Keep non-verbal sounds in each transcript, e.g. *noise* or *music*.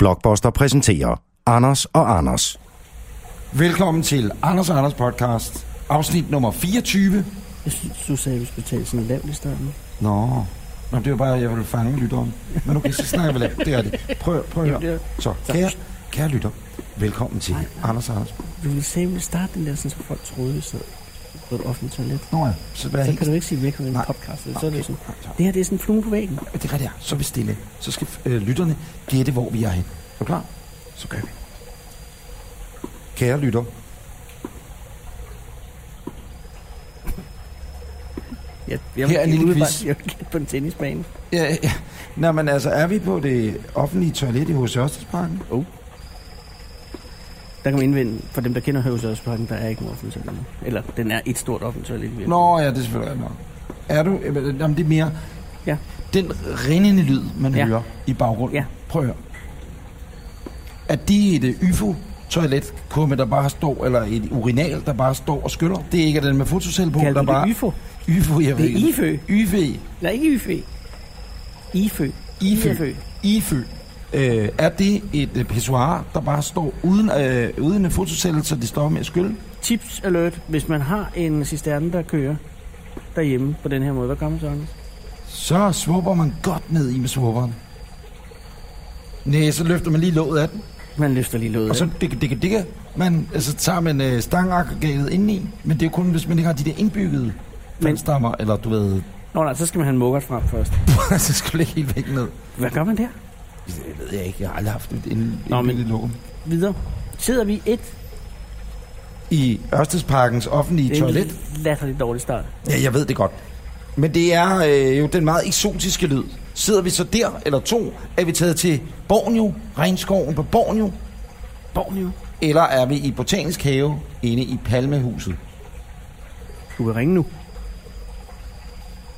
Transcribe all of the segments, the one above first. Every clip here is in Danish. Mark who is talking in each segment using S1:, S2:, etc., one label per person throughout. S1: Blockbuster præsenterer Anders og Anders.
S2: Velkommen til Anders og Anders podcast, afsnit nummer 24.
S3: Jeg synes, du sagde, at vi skulle tale sådan lavt i starten.
S2: Nå, Nå det var bare, at jeg ville fange lytteren. Men okay, så snakker vi lidt. Det er det. Prøv, prøv at høre. Så, kære, kære lytter, velkommen til Anders og Anders.
S3: Du ville sige, at vi ville starte den der, sådan, så folk troede, vi sad på et offentligt toilet.
S2: Nå ja, så vær
S3: Så
S2: helt
S3: kan du ikke sige væk med en
S2: Nej.
S3: podcast. Så er det sådan,
S2: Nej, tak.
S3: det her det er sådan en flue på væggen.
S2: Ja, Det er rigtigt, ja. Så er vi stille. Så skal øh, lytterne gætte, hvor vi er hen. Er du klar? Så kører vi. Kære lytter.
S3: Jeg, jeg,
S2: Her er en lille
S3: umiddelbart-
S2: quiz.
S3: *laughs* Jeg vil gætte på en tennisbane.
S2: Ja, ja, ja. Nå, men altså, er vi på det offentlige toilet i hos Ørstedsparken?
S3: Der kan man indvende, for dem, der kender Høvsørsparken, der er ikke nogen offentlig toilet. Eller den er et stort offentligt toilet. i virkeligheden.
S2: Nå, ja, det er selvfølgelig rigtigt nok. Er du... øh, Jamen, det er mere...
S3: Ja.
S2: Den rindende lyd, man ja.
S3: Ja.
S2: hører i baggrunden.
S3: Ja.
S2: Prøv at høre. Er de et øh, YFO-toilet, kumme, der bare står, eller et urinal, der bare står og skyller? Det er ikke den med fotocelle på,
S3: Kalder
S2: der
S3: du det
S2: bare...
S3: YFO?
S2: YFO, jeg
S3: Det
S2: ved
S3: er IFØ.
S2: YFE.
S3: Nej, ikke YFØ. IFØ.
S2: IFØ. IFØ. Øh, er det et øh, pissoir, der bare står uden, øh, uden en fotocelle, så det står med at skylle?
S3: Tips alert, hvis man har en cisterne, der kører derhjemme på den her måde. Hvad gør man så, Anders?
S2: Så svupper man godt ned i med svupperen. Næh, så løfter man lige låget af den,
S3: Man løfter lige låget
S2: og så
S3: af.
S2: digge, digge, digge. Man, altså, tager man øh, stangaggregatet indeni, men det er jo kun, hvis man ikke har de der indbyggede vandstammer, eller du ved, *laughs*
S3: Nå nej, så skal man have en mukkert frem først.
S2: så skal du ikke helt væk ned.
S3: Hvad gør man der?
S2: Det ved jeg ikke, jeg har aldrig haft et ind,
S3: Nå, men-
S2: indbygget låg.
S3: Videre. Sidder vi et
S2: I Ørstedsparkens offentlige toilet,
S3: Det er en latterligt dårlig start.
S2: Ja, jeg ved det godt. Men det er øh, jo den meget eksotiske lyd. Sidder vi så der, eller to, er vi taget til Borneo, regnskoven på Borneo,
S3: Borneo.
S2: eller er vi i Botanisk Have inde i Palmehuset?
S3: Du kan ringe nu.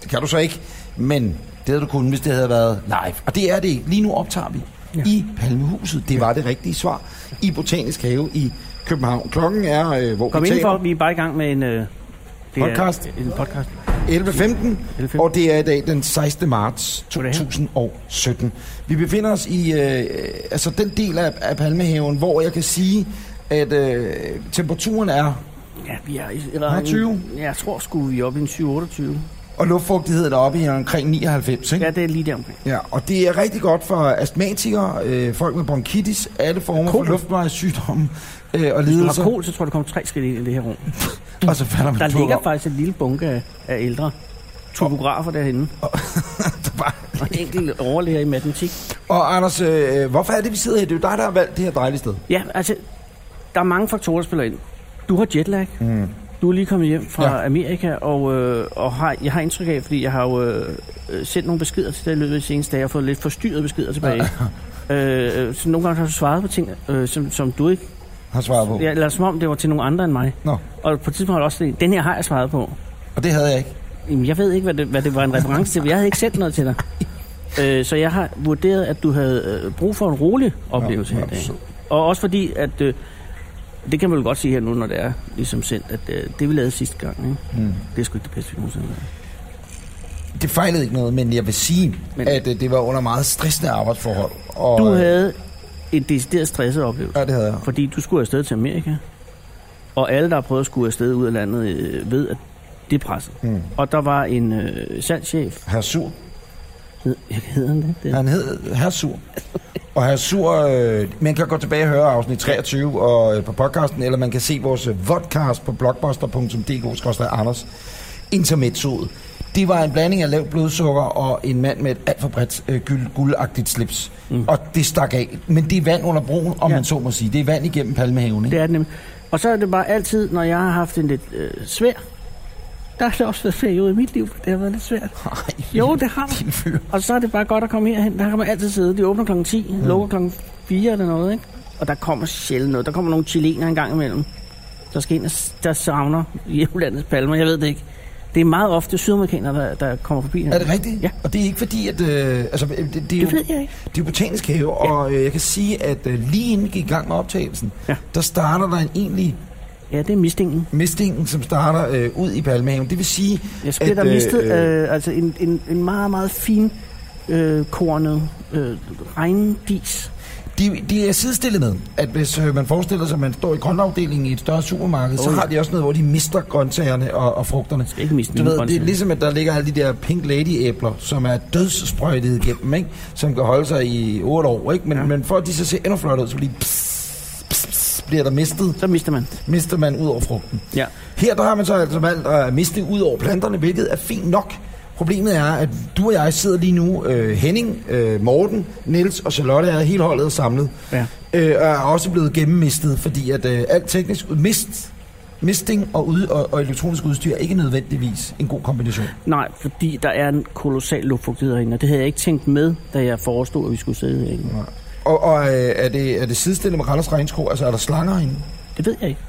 S2: Det kan du så ikke, men det havde du kun, hvis det havde været live. Og det er det ikke. Lige nu optager vi ja.
S3: Ja.
S2: i Palmehuset. Det var det rigtige svar. I Botanisk Have i København. Klokken er, øh, hvor
S3: Kom
S2: vi
S3: indenfor,
S2: taler,
S3: vi er bare i gang med en... Øh, det
S2: Podcast.
S3: Er, en podcast.
S2: 11.15,
S3: 11.15.
S2: og det er i dag den 16. marts
S3: Goddag.
S2: 2017. Vi befinder os i øh, øh, altså den del af, af Palmehaven, hvor jeg kan sige, at øh, temperaturen er,
S3: Ja, vi er i... i
S2: 20.
S3: Jeg tror sgu, vi er oppe i en 728.
S2: og luftfugtigheden er oppe i omkring 99, ikke?
S3: Ja, det er lige der omkring.
S2: Ja, og det er rigtig godt for astmatikere, øh, folk med bronkitis, alle former for
S3: Kol.
S2: luftvejssygdomme øh, og
S3: Hvis du
S2: lidelser.
S3: har kol, så tror jeg, der kommer tre skridt ind i det her rum.
S2: Og så falder man
S3: Der
S2: på
S3: ligger
S2: røven.
S3: faktisk en lille bunke af, af ældre topografer derhenne.
S2: *laughs* Der bare-
S3: Og en enkelt overlærer i matematik.
S2: Og Anders, øh, hvorfor er det, vi sidder her? Det er jo dig, der har valgt det her dejlige sted.
S3: Ja, altså, der er mange faktorer, der spiller ind. Du har jetlag. Mm. Du er lige kommet hjem fra
S2: Ja.
S3: ja. Amerika, og, øh, og har, jeg har indtryk af, fordi jeg har jo øh, øh, sendt nogle beskeder til dig i løbet af de seneste dage, og fået lidt forstyrret beskeder tilbage. øh, øh, så nogle gange har du svaret på ting, øh, som, som du ikke...
S2: Har svaret på.
S3: Ja, eller som om det var til nogen andre end mig.
S2: Nå,
S3: Og på et tidspunkt har du også sådan en, den her har jeg svaret på.
S2: og det havde jeg ikke.
S3: Jamen, jeg ved ikke, hvad det, hvad det var en reference til, for jeg havde ikke sendt noget til dig. Øh, så jeg har vurderet, at du havde øh, brug for en rolig oplevelse
S2: Nå,
S3: ja, her
S2: nå,
S3: i dag.
S2: så-
S3: Og også fordi, at øh, det kan man vel godt sige her nu, når det er ligesom sendt, at øh, det vi lavede sidste gang, ikke? Mm. det er sgu ikke det bedste, vi nogensinde har lavet.
S2: Det fejlede ikke noget, men jeg vil sige, men...
S3: Men-
S2: at øh, det var under meget stressende arbejdsforhold. Og,
S3: Du
S2: øh,
S3: havde en decideret stresset oplevelse,
S2: Ja, det havde jeg.
S3: fordi du skulle afsted til Amerika, og alle, der har prøvet at skulle afsted ud af landet, øh, ved, at det er presset. Mm. Og der var en øh, salgschef,
S2: Herr Sur.
S3: hed, hedder han det? det er,
S2: Han hed Herr Sur. Og Herr Sur, øh, man kan gå tilbage og høre afsnit 23 og, øh, på podcasten, eller man kan se vores øh, vodcast på blogbuster.dk-anders. Intermezzoet. Det var en blanding af lavt blodsukker og en mand med et alt for bredt øh, guld, guldagtigt slips. Mm. Og det stak af. Men det er vand under broen, om ja.
S3: Ja.
S2: man så må sige. Det er vand igennem Palmehaven, ikke?
S3: Det er det nemlig. Og så er det bare altid, når jeg har haft en lidt øh, svær... Der har det også været perioder i mit liv, hvor det har været lidt svært.
S2: *laughs* Ej,
S3: Jo, det har man.
S2: din fyr.
S3: Og så er det bare godt at komme herhen. Der kan man altid sidde. De åbner klokken 10, mm. lukker klokken 4 eller noget, ikke? Og der kommer sjældent noget. Der kommer nogle chilener en gang imellem. Der skal en, der savner hjemlandets palmer. Jeg ved det ikke. Det er meget ofte sydamerikanere, der, der kommer forbi.
S2: Er det rigtigt?
S3: Ja.
S2: Og det er ikke fordi, at... Øh, altså, øh, det, det, er jo,
S3: Det ved jeg ikke.
S2: det er jo botanisk have, ja. og øh, jeg kan sige, at øh, lige inden vi gik i gang med optagelsen, ja.
S3: Ja.
S2: der starter der en egentlig
S3: Ja, det er mistingen.
S2: mistingen, som starter øh, ud i Palmehaven. Det vil sige,
S3: Jeg skulle der
S2: øh,
S3: mistet
S2: øh,
S3: øh, altså en, en, en meget, meget fin øh, kornet øh, regndis.
S2: De, de er sidestillet med, at hvis øh, man forestiller sig, at man står i grøntafdelingen i et større supermarked, oh, så
S3: Oh, ja.
S2: har de også noget, hvor de mister grøntsagerne og, og frugterne.
S3: skal ikke miste
S2: Du
S3: mine
S2: ved, det er
S3: grøntsager.
S2: ligesom, at der ligger alle de der Pink Lady-æbler, som er dødssprøjtet igennem, ikke? som kan holde sig i 8 år. Ikke? Men, ja.
S3: Ja.
S2: men for at de så ser endnu flot ud, så bliver, de pss, pss, pss, bliver der mistet,
S3: Så mister man.
S2: mister man ud over frugten.
S3: Ja.
S2: Her der har man så altså valgt at miste ud over planterne, hvilket er fint nok. Problemet er, at du og jeg sidder lige nu, øh, Henning, øh, Morten, Niels og Charlotte er hele holdet samlet.
S3: Ja.
S2: Øh, og er også blevet gennemmistet, fordi at øh, alt teknisk ud- mist, misting og, ud, og, og elektronisk udstyr er ikke nødvendigvis en god kombination.
S3: Nej, fordi der er en kolossal luftfugtighed herinde, og det havde jeg ikke tænkt med, da jeg forestod, at vi skulle sidde herinde.
S2: Og, og øh, er, det, er det sidestillet med Randers Regnskov? Altså er der slanger inde?
S3: Det ved jeg ikke.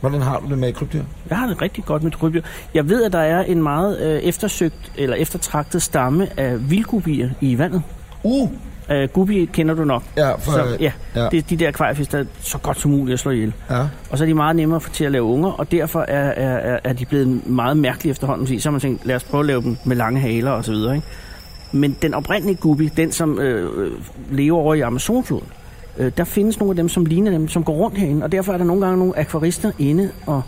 S2: Hvordan har du det med krybdyr?
S3: Jeg har det rigtig godt med krybdyr. Jeg ved, at der er en meget øh, eftersøgt eller eftertragtet stamme af vildgubier i vandet.
S2: Uh!
S3: Øh, gubier kender du nok.
S2: Ja, for,
S3: Så, ja,
S2: ja.
S3: ja, det er de der akvariefisk, der er så godt som muligt at slå ihjel.
S2: ja.
S3: Og så er de meget nemmere for- til at lave unger, og derfor er, er, er, er de blevet meget mærkelige efterhånden, fordi så har man tænkt, lad os prøve at lave dem med lange haler og så videre. Ikke? Men den oprindelige guppy, den som øh, øh, lever over i Amazonfloden, øh, der findes nogle af dem, som ligner dem, som går rundt herinde, og derfor er der nogle gange nogle akvarister inde og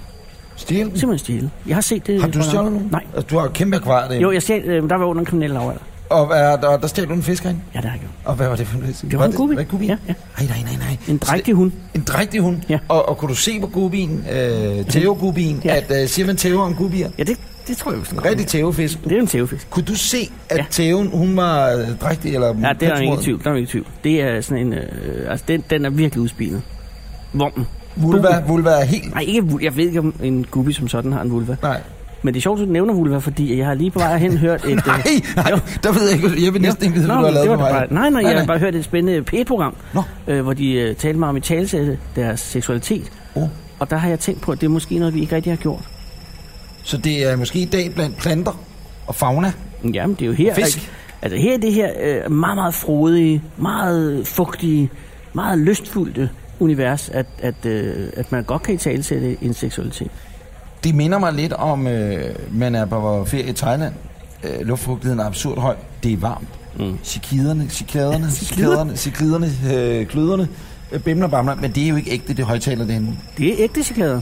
S2: Stjæl dem.
S3: simpelthen stjæle. Jeg har set det.
S2: Har du
S3: på-
S2: stjålet nogen?
S3: Nej.
S2: Altså, du har et kæmpe akvariet inde.
S3: Jo, jeg stjal, øh, der var under en kriminel lavalder.
S2: Og hvad, der, der stjal du en fisk ind?
S3: Ja, det har jeg gjort.
S2: Og hvad var det for en fisk?
S3: Det var, en guppy.
S2: Var det gubi?
S3: Ja, ja.
S2: Ej, nej, nej, nej.
S3: En
S2: Så det-
S3: drægtig hund.
S2: En drægtig hund?
S3: Ja.
S2: Og, og kunne du se på gubien, øh, tævegubien, ja.
S3: Ja.
S2: at øh, siger man tæve om gubier?
S3: Ja, det, det tror jeg, vi skal
S2: Rigtig tævefisk.
S3: Det er jo en tævefisk.
S2: Kunne du se, at ja.
S3: Ja.
S2: tæven, hun var øh, drægtig? Eller
S3: Ja, det er der ingen
S2: pelsmoden?
S3: tvivl. Der er ingen tvivl. Det er sådan en... Øh, altså, den, den er virkelig udspinet. Vommen.
S2: Vulva, vulva er helt...
S3: Nej, ikke vul- Jeg ved ikke, om en gubbi som sådan har en vulva.
S2: Nej.
S3: Men det er sjovt, at du nævner vulva, fordi jeg har lige på vej hen
S2: *laughs*
S3: hørt et... øh,
S2: Nej, nej, der ved jeg ikke. Jeg vil næsten ikke vide, hvad du har
S3: men
S2: lavet med
S3: det var da
S2: mig.
S3: bare, nej, nej, jeg har bare hørt et spændende P1-program,
S2: Nå.
S3: øh, hvor de øh, talte meget om i talsætte deres seksualitet.
S2: Oh.
S3: Og der har jeg tænkt på, at det er måske noget, vi ikke rigtig har gjort.
S2: Så det er måske i dag blandt planter og fauna.
S3: Jamen, det er jo her...
S2: Fisk.
S3: ikke? Altså, her er det her øh, meget, meget frodige, meget fugtige, meget lystfulde univers, at, at, øh, at man godt kan i talsætte en seksualitet.
S2: Det minder mig lidt om, øh, man er på ferie i Thailand. Øh, luftfugtigheden er absurd høj. Det er varmt. Mm. Cikiderne, cikaderne, cikaderne, cikaderne, øh, kløderne, øh, bimler bamler. Men det er jo ikke ægte, det højtaler derinde.
S3: Det er ægte cikader.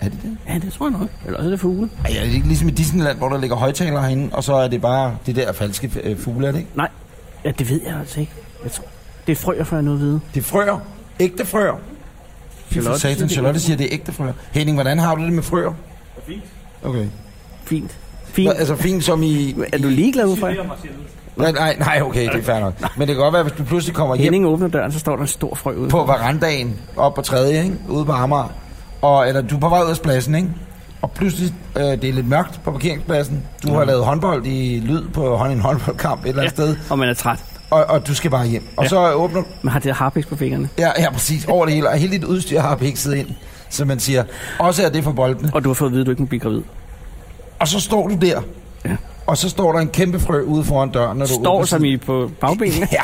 S2: Er det det?
S3: Ja, det tror jeg nok. Eller også er det fugle.
S2: Ej, er det ikke ligesom i Disneyland, hvor der ligger højtalere herinde, og så er det bare det der falske øh, fugle, er det ikke?
S3: Nej, ja, det ved jeg altså ikke. Jeg tror, det er frøer, får jeg noget at vide.
S2: Det er frøer. Ægte frøer. Fy for
S3: Charlotte siger,
S2: satan,
S3: det er
S2: Charlotte
S3: ægte.
S2: siger, det er ægte frøer. Henning, hvordan har du det med frøer? Fint. Okay.
S3: Fint.
S2: Nå,
S3: Fint.
S2: altså fint som i...
S3: Er du ligeglad med frøer?
S2: Nej, nej, nej, okay, det er fair nok. Men det kan godt være, hvis du pludselig kommer hjem
S3: Henning åbner døren, så står der en stor frø ude.
S2: på verandaen op på tredje, ikke? ude på Amager, og, eller du er på vej ud af pladsen, ikke? og pludselig øh, det er lidt mørkt på parkeringspladsen. Du har lavet håndbold i lyd på hånd en håndboldkamp et eller andet sted,
S3: Og man er træt.
S2: og, og du skal bare hjem. Og
S3: Ja.
S2: så åbner
S3: Man har det harpiks på fingrene.
S2: ja, ja, præcis, over det hele, og hele dit udstyr har pikset ind, som man siger. Også er det for boldene.
S3: Og du har fået at vide, at du ikke må blive gravid.
S2: Og så står du der,
S3: Ja.
S2: og så står der en kæmpe frø ude foran døren, når du
S3: Står
S2: åbner
S3: som
S2: siden.
S3: i på bagbenene.
S2: Ja,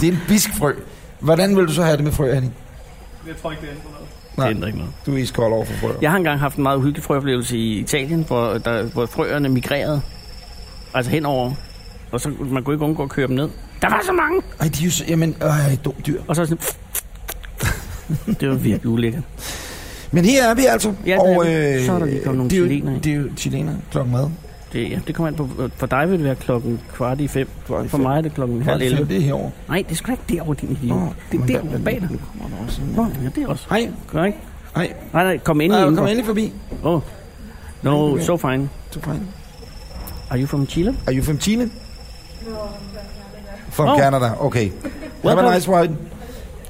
S2: det er en biskfrø. Hvordan vil du så have det med frø, Henning?
S4: Jeg tror ikke, det ændrer noget.
S2: Nej.
S3: Det ændrer ikke noget.
S2: Du er iskold over for frøer.
S3: Jeg har engang haft en meget uhyggelig frøoplevelse i Italien, hvor, der, hvor frøerne migrerede. Altså henover. Og så man kunne ikke undgå at køre dem ned. Der var så mange!
S2: Ej, de er jo så, jamen, øh, dumt dyr.
S3: Og så sådan... *laughs* Det var virkelig ulækkert.
S2: Men her er vi altså.
S3: Ja, der
S2: og,
S3: er vi. Så er der lige kommet nogle
S2: det er jo-
S3: chilenere ind.
S2: Det er jo chilener klokken mad.
S3: Det, ja, det kommer an på. For dig vil det være klokken kvart i fem.
S2: Kvart i
S3: For
S2: fem.
S3: mig er det klokken halv
S2: Halv
S3: elleve.
S2: Det er herovre.
S3: Nej, det er sgu da ikke derovre, din idiot.
S2: Nå,
S3: det er
S2: men
S3: derovre bag dig.
S2: nu kommer der også en-
S3: Nå, ja, det er også.
S2: Hej,
S3: Korrekt.
S2: hej.
S3: Nej, nej, kom ind i
S2: Nej, kom
S3: indenfor.
S2: endelig forbi.
S3: Oh. No,
S2: Okay.
S3: so fine.
S2: Du fine.
S3: Are you from Chile?
S2: Are you from Chile? From
S3: Oh.
S2: Canada, okay. Have a
S3: Welcome.
S2: nice ride.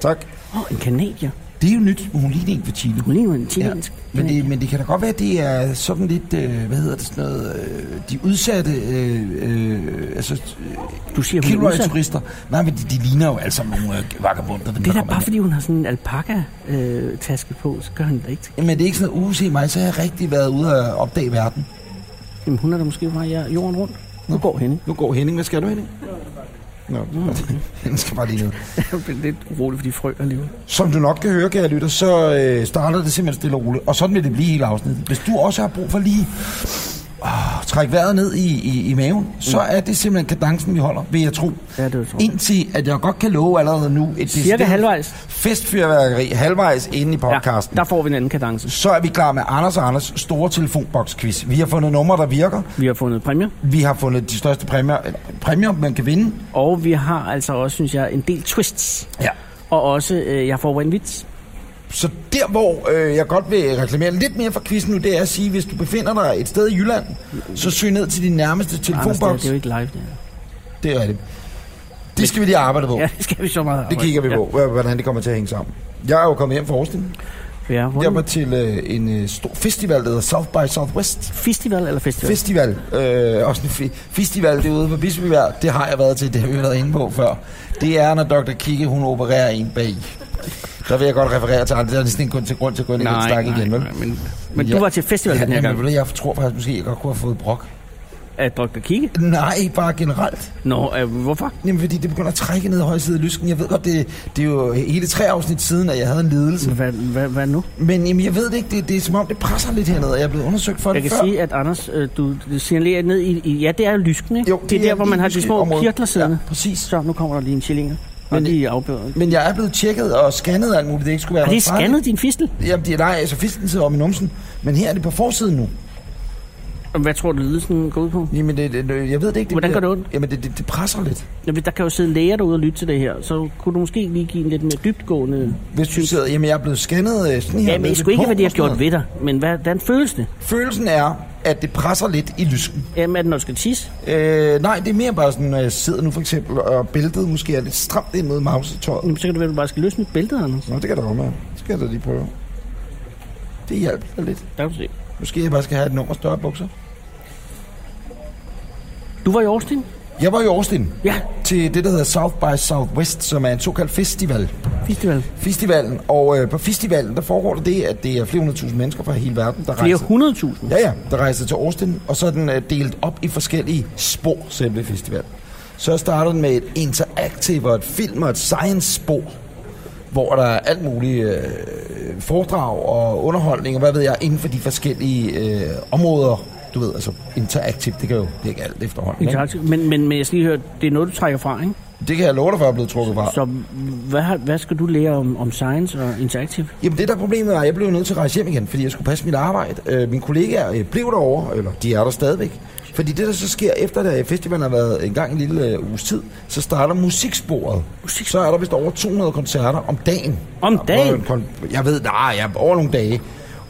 S2: Tak.
S3: Åh, oh, en kanadier.
S2: Det er jo nyt, hun ligner en fra Chile.
S3: Hun ligner en
S2: Ja,
S3: chilensk.
S2: men,
S3: kanadier.
S2: det, men det kan da godt være, at det er sådan lidt, øh, hvad hedder det sådan noget, øh, de udsatte, øh, øh, altså
S3: du siger, hun er udsat.
S2: Kilroy-turister. Nej, men de, de ligner jo altså nogle øh, vagabunder. dem,
S3: Det er
S2: der
S3: da
S2: kommer
S3: bare,
S2: ind.
S3: fordi hun har sådan en alpaka-taske på, så gør hun det ikke. til-
S2: Jamen, det er ikke sådan, uge se mig, så har jeg rigtig været ude og opdage verden.
S3: Jamen, hun er da måske bare ja, jorden rundt. Nu går *laughs* hende.
S2: Nu går Henning. Hvad skal du, Henning? Nå, *laughs* Henning skal bare lige ned.
S3: Jeg bliver lidt urolig, fordi frøer lever.
S2: Som du nok kan høre, kære lytter, så øh, starter det simpelthen stille og roligt. Og sådan vil det blive hele afsnittet. Hvis du også har brug for lige... Åh, trække vejret ned i, i, i maven, så er det simpelthen kadencen, vi holder, Mm. vil jeg tro.
S3: Ja, det vil jeg tro.
S2: Indtil, at jeg godt kan love allerede nu, et
S3: Cirka
S2: decideret
S3: halvvejs.
S2: festfyrværkeri halvvejs inde i podcasten.
S3: Ja, der får vi en anden kadence.
S2: Så er vi klar med Anders og Anders store telefonboksquiz. Vi har fundet numre, der virker.
S3: Vi har fundet præmier,
S2: Vi har fundet de største præmier, eller præmier man kan vinde.
S3: og vi har altså også, synes jeg, en del twists.
S2: Ja.
S3: Og også, øh, jeg får en vits.
S2: Så der, hvor øh, jeg godt vil reklamere lidt mere for quizzen nu, det er at sige, hvis du befinder dig et sted i Jylland, så søg ned til din nærmeste
S3: Anders, det, her,
S2: telefonboks.
S3: det er jo ikke live, det her.
S2: Det er det. Det skal vi lige arbejde på.
S3: Ja, det skal vi så meget
S2: Det
S3: arbejde.
S2: kigger vi
S3: ja.
S2: på, hva- hvordan det kommer til at hænge sammen. Jeg er jo kommet hjem fra Aarhus.
S3: Ja, hvor
S2: Jeg var til øh, en øh, stor festival, der hedder South by Southwest.
S3: Festival eller festival?
S2: Festival. Øh, også en fe- festival derude på Bispebjerg. Det har jeg været til, det har vi været inde på før. Det er, når Dr. Kigge, hun opererer en bag. Der vil jeg godt referere til andre. Der er næsten ikke kun til grund til at gå ind i den stak igen, vel?
S3: men, men
S2: Ja.
S3: du var til festival ja, den her
S2: Ja, men ved
S3: gang.
S2: du, jeg tror faktisk måske, jeg godt kunne have fået brok.
S3: At Dr. Kigge?
S2: Nej, bare generelt.
S3: Nå, øh, hvorfor?
S2: Jamen, fordi det begynder at trække ned i højre side af lysken. Jeg ved godt, det, det er jo hele tre afsnit siden, at jeg havde en lidelse.
S3: Hvad, hvad, hvad nu?
S2: Men jamen, jeg ved det ikke. Det, det er som om, det presser lidt hernede, og jeg er blevet undersøgt for
S3: Jeg
S2: det
S3: kan
S2: før.
S3: sige, at Anders, øh, du signalerer ned i, i... Ja, det er jo lysken, ikke?
S2: Jo,
S3: det,
S2: det
S3: er
S2: er
S3: der, hvor man
S2: lige
S3: har de
S2: lysken
S3: små
S2: område.
S3: kirtler siddende.
S2: Ja, præcis.
S3: Så nu kommer der lige en chillinger. Og
S2: Men-
S3: de er afbøret.
S2: Men jeg er blevet tjekket og scannet og alt muligt. Det ikke skulle være
S3: Har de
S2: noget farligt.
S3: scannet din fistel?
S2: Jamen, det er nej, altså fisken sidder om i numsen. Men her er det på forsiden nu.
S3: Hvad tror du, lidelsen går ud på?
S2: Jamen, det, det, det- jeg ved det ikke. Det,
S3: Hvordan gør det ondt?
S2: Jamen, det, det, det presser lidt.
S3: Jamen, Der kan jo sidde læger derude og lytte til det her, så kunne du måske lige give en lidt mere dybtgående...
S2: Hvis du sidder, jamen, jeg er blevet scannet øh, sådan her. med
S3: Ja, men jeg
S2: lidt
S3: skulle ikke,
S2: på
S3: hvad de har
S2: og sådan
S3: gjort
S2: noget.
S3: ved dig, men hvad, hvordan føles det?
S2: Følelsen er, at det presser lidt i lysken.
S3: Jamen, er det, når du skal tisse?
S2: Øh, nej, det er mere bare sådan, når jeg sidder nu for eksempel, og bæltet måske er lidt stramt ind mod mausetøjet.
S3: Jamen, så kan det være, at du bare skal løsne bæltet, Anders.
S2: Nå, det kan da godt være. Det skal jeg da lige prøve. Det hjælper da lidt.
S3: Der kan du se.
S2: Måske jeg bare skal have et nummer større bukser.
S3: Du var i Austin?
S2: Jeg var i Austin
S3: Ja,
S2: til det, der hedder South by Southwest, som er en såkaldt festival.
S3: festival.
S2: Festivalen, og øh, på festivalen, der foregår der det, at det er flere hundredtusind mennesker fra hele verden, der
S3: Flere
S2: rejser.
S3: hundredtusind.
S2: Ja, ja, der rejser til Austin, og så er den øh, delt op i forskellige spor, selve festivalen. Så starter den med et interactive og et film og et science-spor, hvor der er alt muligt øh, foredrag og underholdning, og hvad ved jeg, inden for de forskellige øh, områder. Du ved, altså interactive, det kan jo det er ikke alt efterhånden. ikke?
S3: Interaktiv. Men, men, men jeg skal lige høre, det er noget, du trækker fra, ikke?
S2: Det kan jeg love dig for, at jeg er blevet trukket fra.
S3: Så hvad, har- hvad skal du lære om, om science og interaktiv?
S2: Jamen det der problemet er, at jeg blev nødt til at rejse hjem igen, fordi jeg skulle passe mit arbejde. Øh, mine kollegaer øh, blev derovre, eller de er der stadigvæk. Fordi det der så sker efter, at festivalen har været en gang en lille øh, uges tid, så starter musiksporet.
S3: Musiksporet?
S2: Så er der vist over 200 koncerter om dagen.
S3: Om
S2: Der er
S3: dagen?
S2: både en kon- Jeg ved, nej, jeg over nogle dage.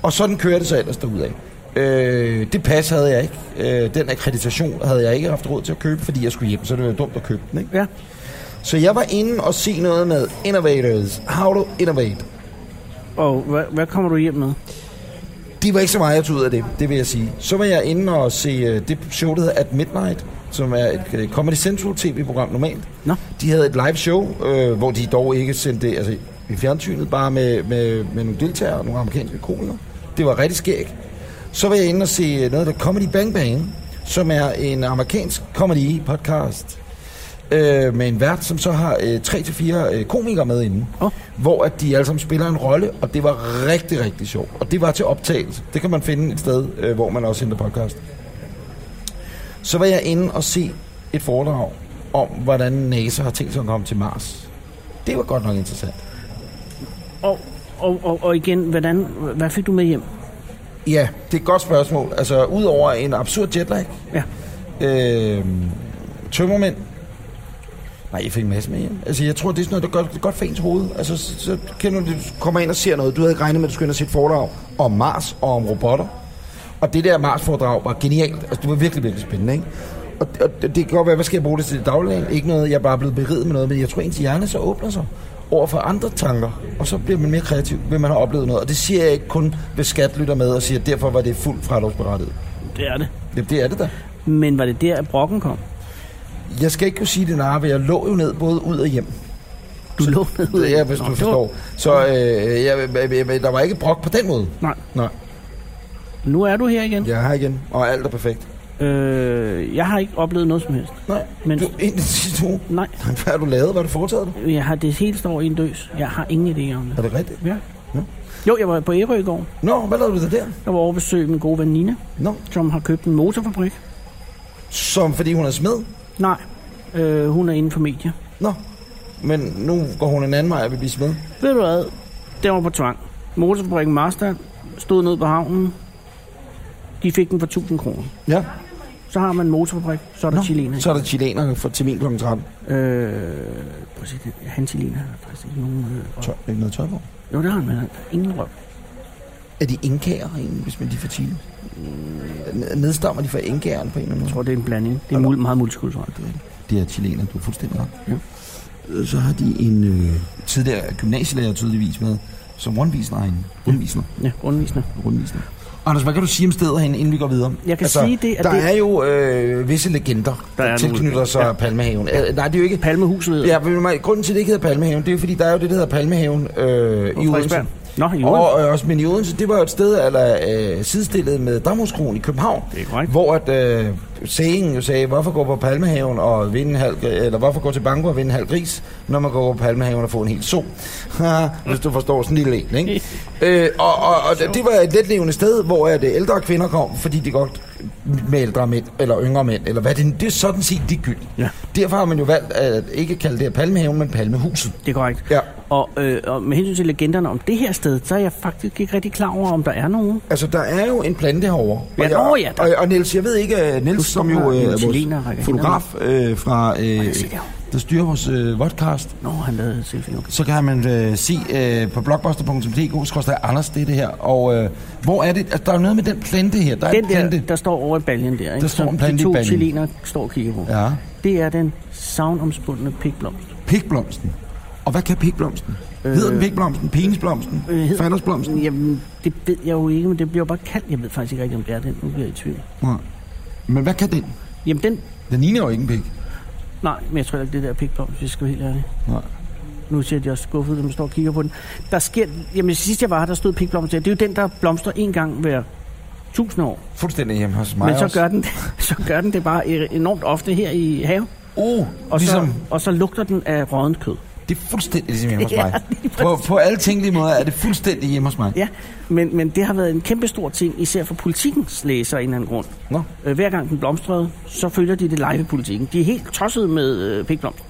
S2: Og sådan kører det så ellers derudad. Øh, det pas havde jeg ikke. Øh, den akkreditation havde jeg ikke haft råd til at købe, fordi jeg skulle hjem, så det var dumt at købe den, ikke?
S3: Ja.
S2: Så jeg var inde og se noget med Innovators. How to Innovate.
S3: Og hvad, hvad kommer du hjem med?
S2: Det var ikke så meget, jeg tog ud af det, det vil jeg sige. Så var jeg inde og se øh, det show, der hedder At Midnight, som er et øh, Comedy Central tv-program normalt.
S3: Nå,
S2: De havde et live show, øh, hvor de dog ikke sendte det altså, i fjernsynet, bare med, med, med nogle deltagere, nogle amerikanske komikere. Det var rigtig skægt. Så var jeg inde og se øh, noget, der hedder Comedy Bang Bang, som er en amerikansk comedy podcast øh, med en vært, som så har øh, 3-4 øh, komikere med inden.
S3: Åh.
S2: Hvor at de alle sammen spiller en rolle, og det var rigtig, rigtig sjovt. Og det var til optagelse. Det kan man finde et sted, øh, hvor man også henter podcast. Så var jeg inde og se et foredrag om, hvordan NASA har tænkt sig at komme til Mars. Det var godt nok interessant.
S3: og, og, og, og igen, hvordan, hvad fik du med hjem?
S2: Ja, det er et godt spørgsmål. Altså, udover en absurd jetlag,
S3: Ja.
S2: øh, tømmermænd, Nej, jeg fik en masse med hjem. Altså, jeg tror, det er sådan noget, der gør det er godt for ens hoved. Altså, så, så kender du, det, du kommer ind og ser noget. Du havde ikke regnet med, at du skulle ind og se et foredrag om Mars og om robotter. Og det der Mars-foredrag var genialt. Altså, det var virkelig, virkelig spændende, ikke? Og, og det kan godt være, hvad skal jeg bruge det til i dagligdagen? Ikke noget, jeg er bare blevet beriget med noget, men jeg tror, ens hjerne så åbner sig over for andre tanker, og så bliver man mere kreativ, ved man har oplevet noget. Og det siger jeg ikke kun, hvis skat lytter med og siger, derfor var det fuldt fradragsberettiget.
S3: Det er det.
S2: Jamen, det er det da.
S3: Men var det der, at brokken kom?
S2: Jeg skal ikke kunne sige det nær, for jeg lå jo ned både ud og hjem.
S3: Du lå med ud af-
S2: Ja, hvis
S3: Nå,
S2: du
S3: det var-
S2: forstår. Så øh, jeg, jeg, jeg, der var ikke brok på den måde.
S3: Nej,
S2: Nej.
S3: nu er du her igen.
S2: Jeg er her igen, og alt er perfekt.
S3: Øh, jeg har ikke oplevet noget som helst.
S2: Nej,
S3: Men-
S2: men... du ind i sidste uge. *laughs*
S3: Nej,
S2: Hvad har du lavet? Hvad har du foretaget dig?
S3: jeg har det hele står i en døs. Jeg har ingen idé om
S2: Er
S3: det.
S2: det rigtigt?
S3: Ja.
S2: Ja.
S3: Jo, jeg var på Ærø i går.
S2: Nå, hvad lavede du der der?
S3: Jeg var over at besøge min gode ven Nina,
S2: Nå,
S3: som har købt en motorfabrik.
S2: Som fordi hun er smed?
S3: Nej, øh, hun er inden for medier.
S2: Nå. Men nu går hun en anden vej og vil blive smed.
S3: Ved du hvad? Den var på tvang. Motorfabrikken Master stod nede på havnen. De fik den for 1000 kroner.
S2: Ja.
S3: Så har man en motorfabrik, så er der
S2: Nå,
S3: Nå, chilena.
S2: så er der chilener for til min kl. 13.
S3: Øh, prøv at se, det- han chilena har faktisk ikke nogen... Øh, røv.
S2: Tøj, ikke noget tøj på.
S3: jo, det har han, men han har ingen røv.
S2: Er de indkager egentlig, hvis man de er for Chile? N- Nedstammer de fra indkagerne på en eller anden måde?
S3: Jeg tror, det er en blanding. Det er mul- meget multikulturelt.
S2: Det er chilener, du er fuldstændig ret.
S3: Ja.
S2: Øh, Så har de en øh, tidligere gymnasielærer tydeligvis med, som rundvisner herinde. Rundvisner.
S3: Ja, undervisende.
S2: rundvisner. Anders, hvad kan du sige om stedet herinde, inden vi går videre? Altså,
S3: Jeg kan sige det, at
S2: der
S3: det-
S2: er jo øh, visse legender,
S3: Der
S2: der,
S3: er
S2: der
S3: nogle-
S2: tilknytter sig
S3: ja.
S2: ja. Palmehaven. Øh, nej, det er jo ikke...
S3: Palmehuset hedder
S2: Ja, men mig- grunden til, at det ikke hedder Palmehaven, det er jo fordi, der er jo det, der hedder Palmehaven øh,
S3: på
S2: i Odense.
S3: Frederiksberg. Nå, i Odense.
S2: Og øh, også, men i Odense, det var jo et sted, eller øh, sidestillet med Damhuskroen i København.
S3: Det er korrekt.
S2: Hvor at øh, sagen jo sagde, hvorfor gå på Palmehaven og vinde en halv, gr- eller hvorfor gå til banko og vinde en halv gris, når man går på Palmehaven og får en hel sol. Haha, *laughs* Hvis du forstår sådan en lille en,
S3: *laughs*
S2: ikke? øh, og, og, og det var et letlevende sted, hvor at øh, ældre kvinder kom, fordi de godt med ældre mænd, eller yngre mænd, eller hvad det, det er sådan set ligegyldigt.
S3: Ja.
S2: Derfor har man jo valgt at ikke kalde det her Palmehaven, men Palmehuset.
S3: Det er korrekt.
S2: Ja.
S3: Og, øh, og med hensyn til legenderne om det her sted, så er jeg faktisk ikke rigtig klar over, om der er nogen.
S2: Altså, der er jo en plante herovre.
S3: Ja,
S2: og,
S3: nå ja, der-
S2: og, og Niels, jeg ved ikke, Niels,
S3: står
S2: som
S3: her
S2: jo øh,
S3: en
S2: er
S3: italiener,
S2: vores
S3: rækker
S2: fotograf øh, fra, øh,
S3: jeg se det?
S2: der styrer vores øh, vodcast,
S3: Nå, han lavede et selfie. Okay.
S2: så kan man øh, se øh, på blogbuster.dk, skrøster Anders, det er det her. Og øh, hvor er det? Altså, der er jo noget med den plante her. Der er en
S3: Den
S2: plante.
S3: der, der står over i baljen der, ikke?
S2: Der står
S3: Som
S2: en plante
S3: de
S2: i
S3: to
S2: baljen.
S3: chilener står og kigger på.
S2: Ja,
S3: Det er den savnomspundne pikblomst.
S2: pikblomsten. Og hvad kan pikblomsten? Øh, Hedder den pikblomsten? Penisblomsten?
S3: Øh,
S2: Øh,
S3: hed-
S2: Fattersblomsten?
S3: Jamen, det ved jeg jo ikke, men det bliver jo bare kaldt. Jeg ved faktisk ikke rigtig, om det er den. Nu bliver jeg i tvivl.
S2: Nej. Men hvad kan den?
S3: Jamen, den...
S2: Den ligner jo ikke en pik.
S3: Nej, men jeg tror ikke, det der pikblomst, hvis jeg skal være helt ærlig.
S2: Nej.
S3: Nu ser de også skuffet, når man står og kigger på den. Der sker... Jamen, sidst jeg var her, der stod pikblomst der. Det er jo den, der blomstrer en gang hver tusind år.
S2: Fuldstændig hjemme hos mig
S3: Men så
S2: også.
S3: gør, den, så gør den det *laughs* bare øh, enormt ofte her i have.
S2: Uh,
S3: Og,
S2: ligesom...
S3: så, og så lugter den af rådent kød.
S2: Det er fuldstændig ligesom hjemme hos
S3: Ja,
S2: mig.
S3: lige præcis.
S2: på, på alle tænkelige måder er det fuldstændig hjemme hos mig.
S3: Ja, men, men det har været en kæmpe stor ting, især for politikens læsere af en eller anden grund.
S2: Nå.
S3: Øh, Hver gang den blomstrede, så følger de det live i politikken. De er helt tossede med øh, pikblomst.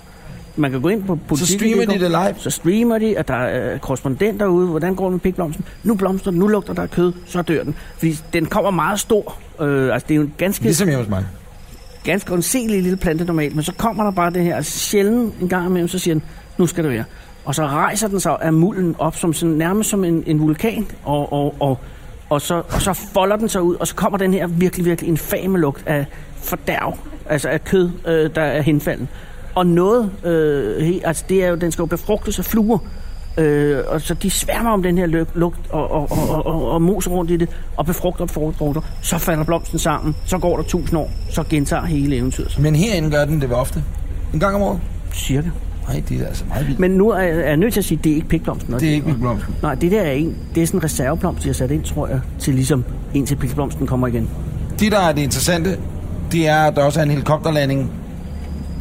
S3: Man kan gå ind på politikken.
S2: streamer de det live?
S3: Så streamer de, og der er øh, korrespondenter ude. Hvordan går det med pikblomsten? Nu blomstrer den, nu lugter der af kød, så dør den. Fordi den kommer meget stor. Øh, altså, det er jo en ganske,
S2: Ligesom hjemme hos mig.
S3: ganske undselig lille plante normalt, men så kommer der bare det her sjældent en gang imellem, så siger den, nu skal det være. Og så rejser den sig af mulden op, som sådan, nærmest som en, en vulkan, og, og, og, og, så, og så folder den sig ud, og så kommer den her virkelig, virkelig infame lugt af fordærv, altså af kød, øh, der er henfalden. Og noget, øh, he, altså det er jo, den skal jo befrugtes af fluer, Øh, og så de sværmer om den her løg, lugt og, og, og, og, og, og moser rundt i det, og befrugter og befrugter, så falder blomsten sammen, så går der tusind år, så gentager hele eventyret sig.
S2: Men herinde gør den det ved ofte. En gang om året.
S3: Cirka.
S2: Nej, det er altså meget vildt.
S3: Men nu er jeg, er jeg nødt til at sige, at det er ikke pikblomsten. og
S2: det er ikke min blomst.
S3: Nej, det der er, en, det er sådan en reserveblomst, jeg har sat ind, tror jeg, til ligesom indtil pikblomsten kommer igen.
S2: Det, der er det interessante, det er, at der også er en helikopterlanding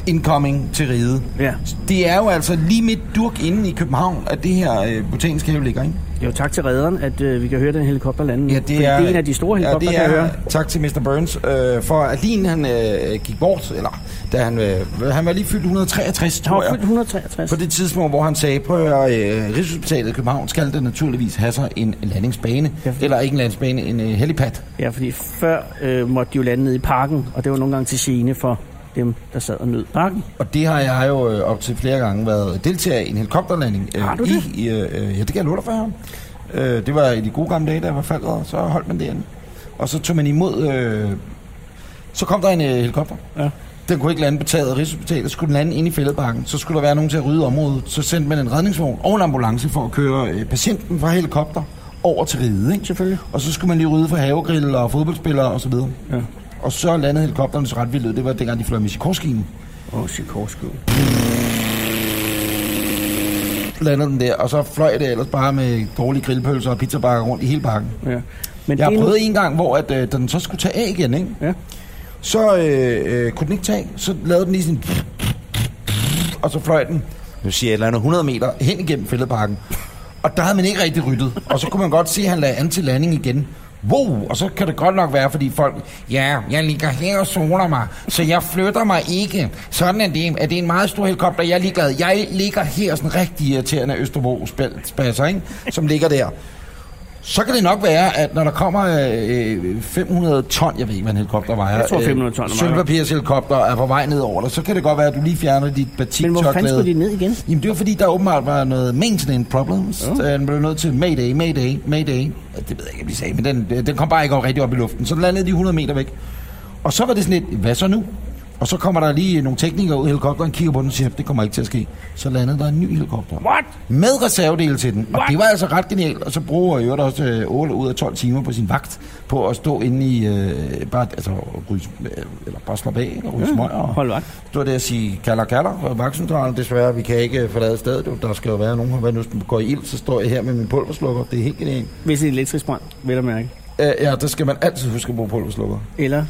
S2: incoming til riget.
S3: Ja.
S2: Det er jo altså lige midt durk inde i København, at det her øh, botaniske have ligger, ikke?
S3: Jo, tak til redderen, at øh, vi kan høre den helikopter lande. nu, fordi det er en af de store helikopter,
S2: det
S3: kan jeg
S2: er-
S3: høre.
S2: Tak til Mr. Burns, øh, for at lige inden han øh, gik bort, eller da han, øh, han var lige fyldt 163,
S3: Han
S2: tror
S3: var
S2: jeg.
S3: fyldt 163.
S2: På det tidspunkt, hvor han sagde, prøv at høre, øh, Rigshospitalet i København skal der naturligvis have sig en landingsbane.
S3: Ja.
S2: Ja. Eller ikke en landingsbane, en øh, helipad.
S3: Ja, fordi før øh, måtte de jo lande nede i parken, og det var nogle gange til gene for dem, der sad og nød parken.
S2: Og det har jeg jo øh, op til flere gange været deltager i en helikopterlanding. Øh,
S3: Har du
S2: i,
S3: det?
S2: I, øh, øh, ja, det kan jeg love dig for ham. Øh, det var i de gode gamle dage, da jeg var faldet, så holdt man det inde. Og så tog man imod... Øh, så kom der en øh, helikopter.
S3: Ja.
S2: Den kunne ikke lande på taget af Rigshospitalet. Så skulle den lande inde i fældeparken. Så skulle der være nogen til at rydde området. Så sendte man en redningsvogn og en ambulance for at køre øh, patienten fra helikopter over til ride. Ikke?
S3: Selvfølgelig.
S2: Og så skulle man lige rydde for havegrill og fodboldspillere osv. Og,
S3: Ja.
S2: ja. og så landede helikopterne så ret vildt ud. Det var dengang, de fløj med Sikorskin.
S3: Åh, oh, Sikorsky.
S2: landede den der, og så fløj det ellers bare med dårlige grillpølser og pizzabakker rundt i hele pakken.
S3: Ja. Men
S2: Jeg har
S3: det er
S2: prøvet en gang, hvor at, øh, da den så skulle tage af igen, ikke?
S3: Ja.
S2: så øh, øh, kunne den ikke tage. Så lavede den lige sådan... Og så fløj den, nu siger jeg et eller andet, 100 meter hen igennem fældeparken. Og der havde man ikke rigtig ryttet. Og så kunne man godt se, at han lagde an til landing igen. wow, og så kan det godt nok være, fordi folk, ja, jeg ligger her og soler mig, så jeg flytter mig ikke. Sådan er det. Er det en meget stor helikopter, jeg ligger Jeg ligger her, sådan rigtig irriterende Østerbro spil- spasser, ikke? Som ligger der. Så kan det nok være, at når der kommer øh, 500 ton, jeg ved ikke, hvad en helikopter vejer.
S3: Jeg tror, 500 ton er meget.
S2: helikopter er på vej ned over dig, så kan det godt være, at du lige fjerner dit
S3: Men hvor fanden skulle
S2: batiktørklæde.
S3: de ned igen?
S2: Jamen det var fordi, der åbenbart var noget maintenance problems.
S3: Ja.
S2: Ja. Den blev nødt til mayday, mayday, mayday. Det ved jeg ikke, om de sagde, men den, den kom bare ikke rigtig op i luften. Så landede de 100 meter væk. Og så var det sådan lidt, hvad så nu? Og så kommer der lige nogle teknikere ud i helikopteren, kigger på den og siger, det kommer ikke til at ske. Så landede der en ny helikopter.
S3: What?
S2: Med reservedele til den. Og
S3: What?
S2: det var altså ret genialt. Og så bruger Jørgen også øh, 8 ud af 12 timer på sin vagt på at stå inde i, øh, bare, altså, ryge, øh, eller bare slappe af og ryge smøger. og-
S3: Hold vagt.
S2: det var det at sige, kalder, kalder, og vagtcentralen, desværre, vi kan ikke øh, forlade stedet, jo. der skal jo være nogen, og hvad nu hvis den går i ild, så står jeg her med min pulverslukker, det er helt genialt.
S3: Hvis det er elektrisk brand, vil jeg mærke.
S2: Øh, ja, der skal man altid huske at bruge pulverslukker.
S3: Eller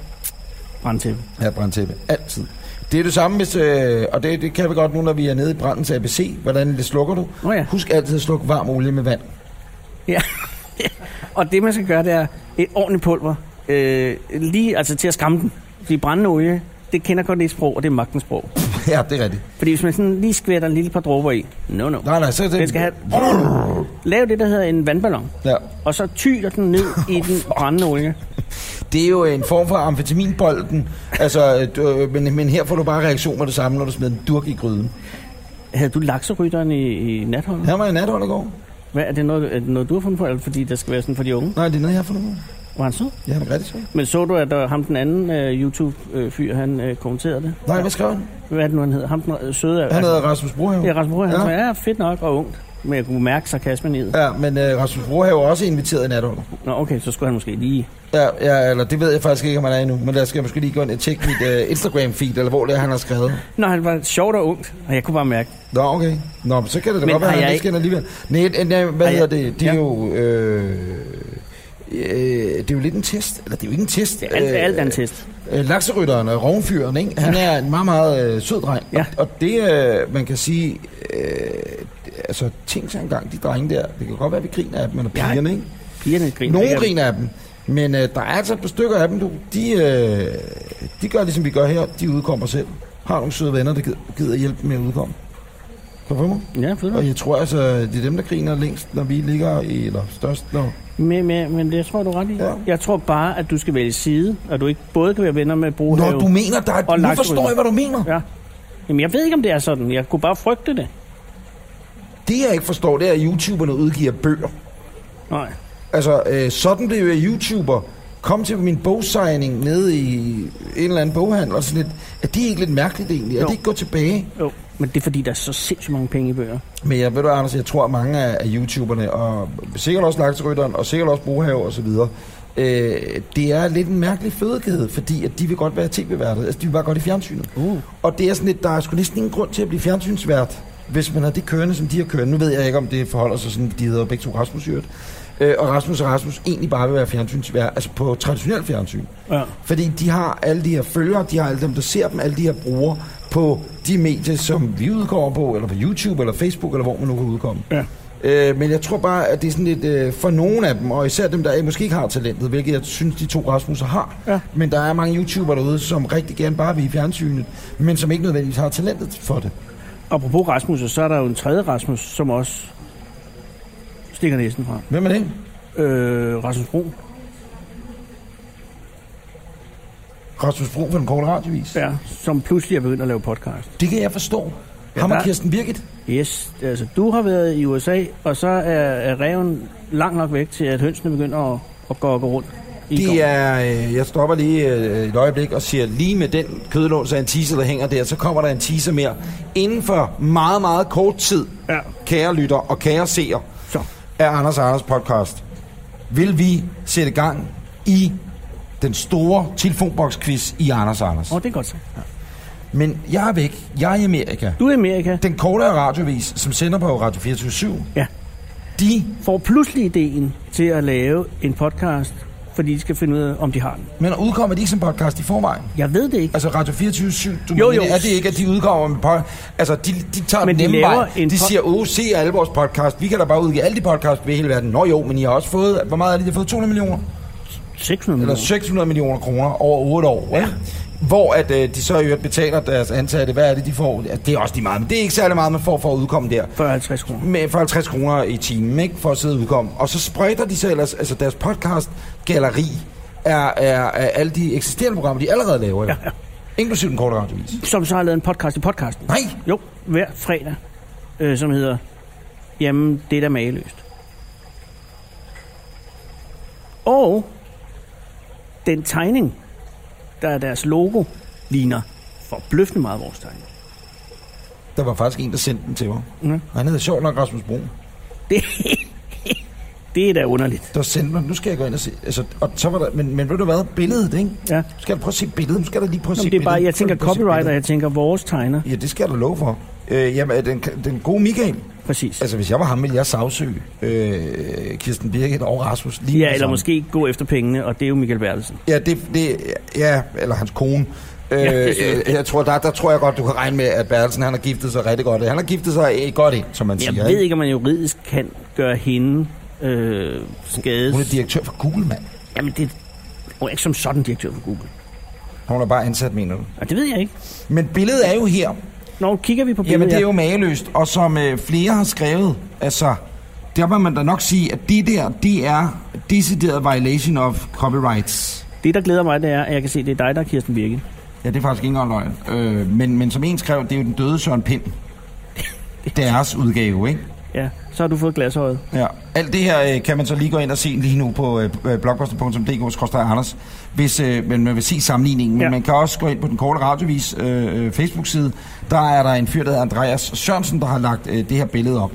S3: brandtæppe.
S2: Ja, brandtæppe, altid. Det er det samme, hvis, øh, og det, det kan vi godt nu, når vi er nede i brandens ABC, hvordan det slukker du.
S3: Nå ja.
S2: Husk altid at slukke varm olie med vand. *laughs*
S3: Ja. *laughs* og det, man skal gøre, det er et ordentligt pulver. Øh, lige altså til at skræmme den. Fordi brændende olie, det kender godt det sprog, og det er magtens sprog.
S2: ja, det er rigtigt.
S3: Fordi hvis man sådan lige skvætter en lille par dråber i, no no.
S2: Nej, nej, så er det...
S3: Den skal have... Lav det, der hedder en vandballon.
S2: *laughs* Ja.
S3: Og så tyler den ned i den brændende olie.
S2: Det er jo en form for amfetaminbolden, altså, øh, du, øh, men, men her får du bare reaktion med det samme, når du smider en durk i gryden.
S3: Havde du lakserytteren i, i natholdet?
S2: Her var jeg nathold i går.
S3: Hvad, er, det noget, er det noget, du har fundet på, eller fordi der skal være sådan for de unge?
S2: Nej, det er noget, jeg har fundet ud af.
S3: Var han så?
S2: Ja, det er rigtigt.
S3: Men så du, at der, ham den anden øh, YouTube-fyr, han øh, kommenterede det?
S2: Nej, hvad skrev han?
S3: Hvad er det nu, han hedder? Ham den øh, søde...
S2: Han hedder Rasmus Brohave.
S3: Ja, Rasmus Brohøj, han
S2: Ja.
S3: sagde, ja, fedt nok og ungt. Men jeg kunne mærke sarkasmen i det.
S2: Ja, men øh, Rasmus Brohave er også inviteret i natholdet.
S3: Nå, okay, så skulle han måske lige...
S2: Ja, ja, eller det ved jeg faktisk ikke, om han er endnu. Men der skal jeg måske lige gå ind og tjekke mit øh, Instagram-feed, eller hvor det er, han har skrevet.
S3: Nå, han var sjovt og ungt, og jeg kunne bare mærke...
S2: Nå, okay. Nå, men så kan det da
S3: Men
S2: godt være,
S3: har
S2: at han
S3: jeg
S2: ikke skal ind alligevel. Nej, nej, nej, hvad
S3: Har
S2: hedder
S3: jeg-
S2: det? Det er
S3: Ja.
S2: jo... Øh, Øh, det er jo lidt en test. Eller det er jo ikke en test.
S3: Det er alt, alt er en test.
S2: Øh, lakserytteren og rovfyren, ikke? Han er en meget, meget øh, sød dreng.
S3: Ja.
S2: Og, og det, øh, man kan sige... Øh, altså, tænk sig engang, de drenge der. Det kan godt være, vi griner af dem, eller
S3: Ja.
S2: pigerne, ikke?
S3: Pigerne griner.
S2: Nogle
S3: ikke?
S2: griner af dem, men øh, der er altså et par stykker af dem, du. De, øh, de gør ligesom vi gør her, de udkommer selv. Har nogle søde venner, der gider, gider hjælpe dem med at udkomme. Kan du følge mig?
S3: Ja, fedt nok.
S2: Og jeg tror altså, det er dem, der griner længst, når vi ligger i, eller størst, når...
S3: Men, men, men det tror jeg, du er ret i.
S2: Ja.
S3: Jeg tror bare, at du skal vælge side, og du ikke både kan være venner med Brohave...
S2: Når du mener, der er...
S3: Og
S2: Nu
S3: lakserød.
S2: forstår jeg, hvad du mener.
S3: Ja. Jamen, jeg ved ikke, om det er sådan. Jeg kunne bare frygte det.
S2: Det, jeg ikke forstår, det er, at YouTuberne udgiver bøger.
S3: Nej.
S2: Altså, øh, sådan blev jeg YouTuber. Kom til min bogsigning nede i en eller anden boghandel, og sådan lidt... Er det ikke lidt mærkeligt egentlig? Er
S3: Jo.
S2: det ikke gå tilbage?
S3: Jo, men det er fordi, der er så sindssygt mange penge i bøger.
S2: Men jeg ved du, Anders, jeg tror, at mange af, af YouTuberne, og sikkert også Lakserytteren, og sikkert også Brohave og så videre, øh, det er lidt en mærkelig fødekæde, fordi at de vil godt være tv-værter. Altså, de vil bare godt i fjernsynet.
S3: Uh.
S2: Og det er sådan lidt, der er sgu næsten ingen grund til at blive fjernsynsvært, hvis man har det kørende, som de har kørende. Nu ved jeg ikke, om det forholder sig sådan, de hedder jo begge to Rasmus i øvrigt. Øh, og Rasmus og Rasmus egentlig bare vil være fjernsynsvært, altså på traditionel fjernsyn.
S3: Ja.
S2: Fordi de har alle de her følgere, de har alle dem, der ser dem, alle de her brugere på de medier, som vi udkommer på, eller på YouTube, eller Facebook, eller hvor man nu kan udkomme.
S3: Ja.
S2: Øh, men jeg tror bare, at det er sådan lidt øh, for nogle af dem, og især dem, der øh, måske ikke har talentet, hvilket jeg synes, de to Rasmusser har.
S3: Ja.
S2: Men der er mange YouTubere derude, som rigtig gerne bare vil i fjernsynet, men som ikke nødvendigvis har talentet for det.
S3: Apropos Rasmus, så er der jo en tredje Rasmus, som også stikker næsen fra.
S2: Hvem er det?
S3: Øh, Rasmus Brun.
S2: Rasmus Bro for den korte radiovis.
S3: Ja. Som pludselig er begyndt at lave podcast.
S2: Det kan jeg forstå. Ja, Ham og
S3: der-
S2: Kirsten Birgit.
S3: Yes, altså du har været i USA, og så er, er reven langt nok væk til, at hønsene begynder at, at gå, gå rundt. I gården.
S2: Det er, øh, jeg stopper lige øh, et øjeblik og siger, lige med den kødlås af en teaser, der hænger der, så kommer der en teaser mere. Inden for meget, meget kort tid,
S3: Ja.
S2: kære lytter og kære seer
S3: Så.
S2: af Anders og Anders podcast, vil vi sætte gang i den store telefonboks-quiz i Anders og Anders.
S3: Åh, oh, det er godt så.
S2: Men jeg er væk. Jeg er i Amerika.
S3: Du i Amerika
S2: Den korte radiovis, som sender på Radio 24
S3: Ja.
S2: de,
S3: får pludselig ideen til at lave en podcast, fordi de skal finde ud af, om de har den.
S2: men udkommer de ikke som podcast i forvejen?
S3: Jeg ved det ikke.
S2: Altså Radio 24 du
S3: Jo,
S2: jo, mener,
S3: jo.
S2: er det ikke, at de udkommer med pod... Altså, de, de tager
S3: Men
S2: den
S3: de
S2: nemme
S3: laver
S2: vej.
S3: en
S2: De
S3: pod-
S2: siger, åh, se alle
S3: Mm.
S2: vores podcast. Vi kan da bare udgive alle de podcast ved hele verden. Nå jo, men I har også fået... Hvor meget er det, de har fået? 200 millioner?
S3: 600
S2: Altså- eller
S3: millioner.
S2: 600 millioner kroner over 8 år, ja. hvor at, øh, de så i øvrigt betaler deres ansatte. Hvad er det, de får? Ja, det er også lige meget, men det er ikke særlig meget, man får for at udkomme der.
S3: 40-50 kroner.
S2: Med for 50 kroner i timen, ikke? For at sidde og udkomme. Og så sprøjter de så ellers, altså deres podcast-galleri er, er, er alle de eksisterende programmer, de allerede laver. Ja, ja. Inklusiv den korte radiovis.
S3: Som så har lavet en podcast i podcasten.
S2: Nej!
S3: Jo, hver fredag, øh, som hedder Jamen, det er da mageløst. Og den tegning, der er deres logo, ligner forbløffende meget vores tegning.
S2: Der var faktisk en, der sendte den til mig.
S3: Ja.
S2: Og han hedder sjovt nok Rasmus Brun.
S3: Det, *laughs* det er da underligt.
S2: Der sendte mig, nu skal jeg gå ind og se. Altså, og så var der, men, men ved du hvad, billedet, ikke?
S3: Ja.
S2: Nu skal jeg prøve at se billedet, nu skal der lige prøve at
S3: Nå,
S2: se
S3: men det er bare,
S2: billedet.
S3: jeg tænker
S2: Prøv lige at se billedet.
S3: copyright, og jeg tænker vores tegner.
S2: Ja, det skal jeg da love for. Øh, jamen, den, den gode Michael,
S3: Præcis.
S2: altså hvis jeg var ham, ville jeg sagsøge øh, Kirsten Birgit og Rasmus. Lige med det
S3: Ja, eller
S2: samme.
S3: måske gå efter pengene, og det er jo Michael Bertelsen.
S2: Ja, det, det, ja eller hans kone. Øh,
S3: Ja, det synes
S2: jeg, jeg tror, der, der tror jeg godt, du kan regne med, at Bertelsen, han har giftet sig rigtig godt. Han har giftet sig øh, godt ind, som man
S3: Jeg
S2: siger.
S3: ved ikke, om man juridisk kan gøre hende øh, skadet.
S2: Hun er direktør for Google, mand.
S3: Jamen, det hun er ikke som sådan direktør for Google.
S2: Hun er bare ansat, mener du.
S3: Og det ved jeg ikke.
S2: Men billedet er jo her.
S3: Nå, kigger vi på billedet.
S2: Jamen, det er jo
S3: ja.
S2: mageløst. Og som øh, flere har skrevet, altså, der må man da nok sige, at de der, de er decideret violation of copyrights.
S3: det, der glæder mig, det er, at jeg kan se, det er dig, der er Kirsten Birke.
S2: Ja, det er faktisk ikke engang løgn. Øh, men, men som en skrev, det er jo den døde Søren Pind. Deres udgave, ikke?
S3: Ja, så har du fået glashøjet.
S2: Ja. Alt det her øh, kan man så lige gå ind og se lige nu på øh, øh, blogposter.dk Anders, hvis øh, men man vil se sammenligningen. Men
S3: Ja.
S2: man kan også gå ind på den korte radiovis øh, øh, Facebook-side. Der er der en fyr, der hedder Andreas Sørensen, der har lagt øh, det her billede op.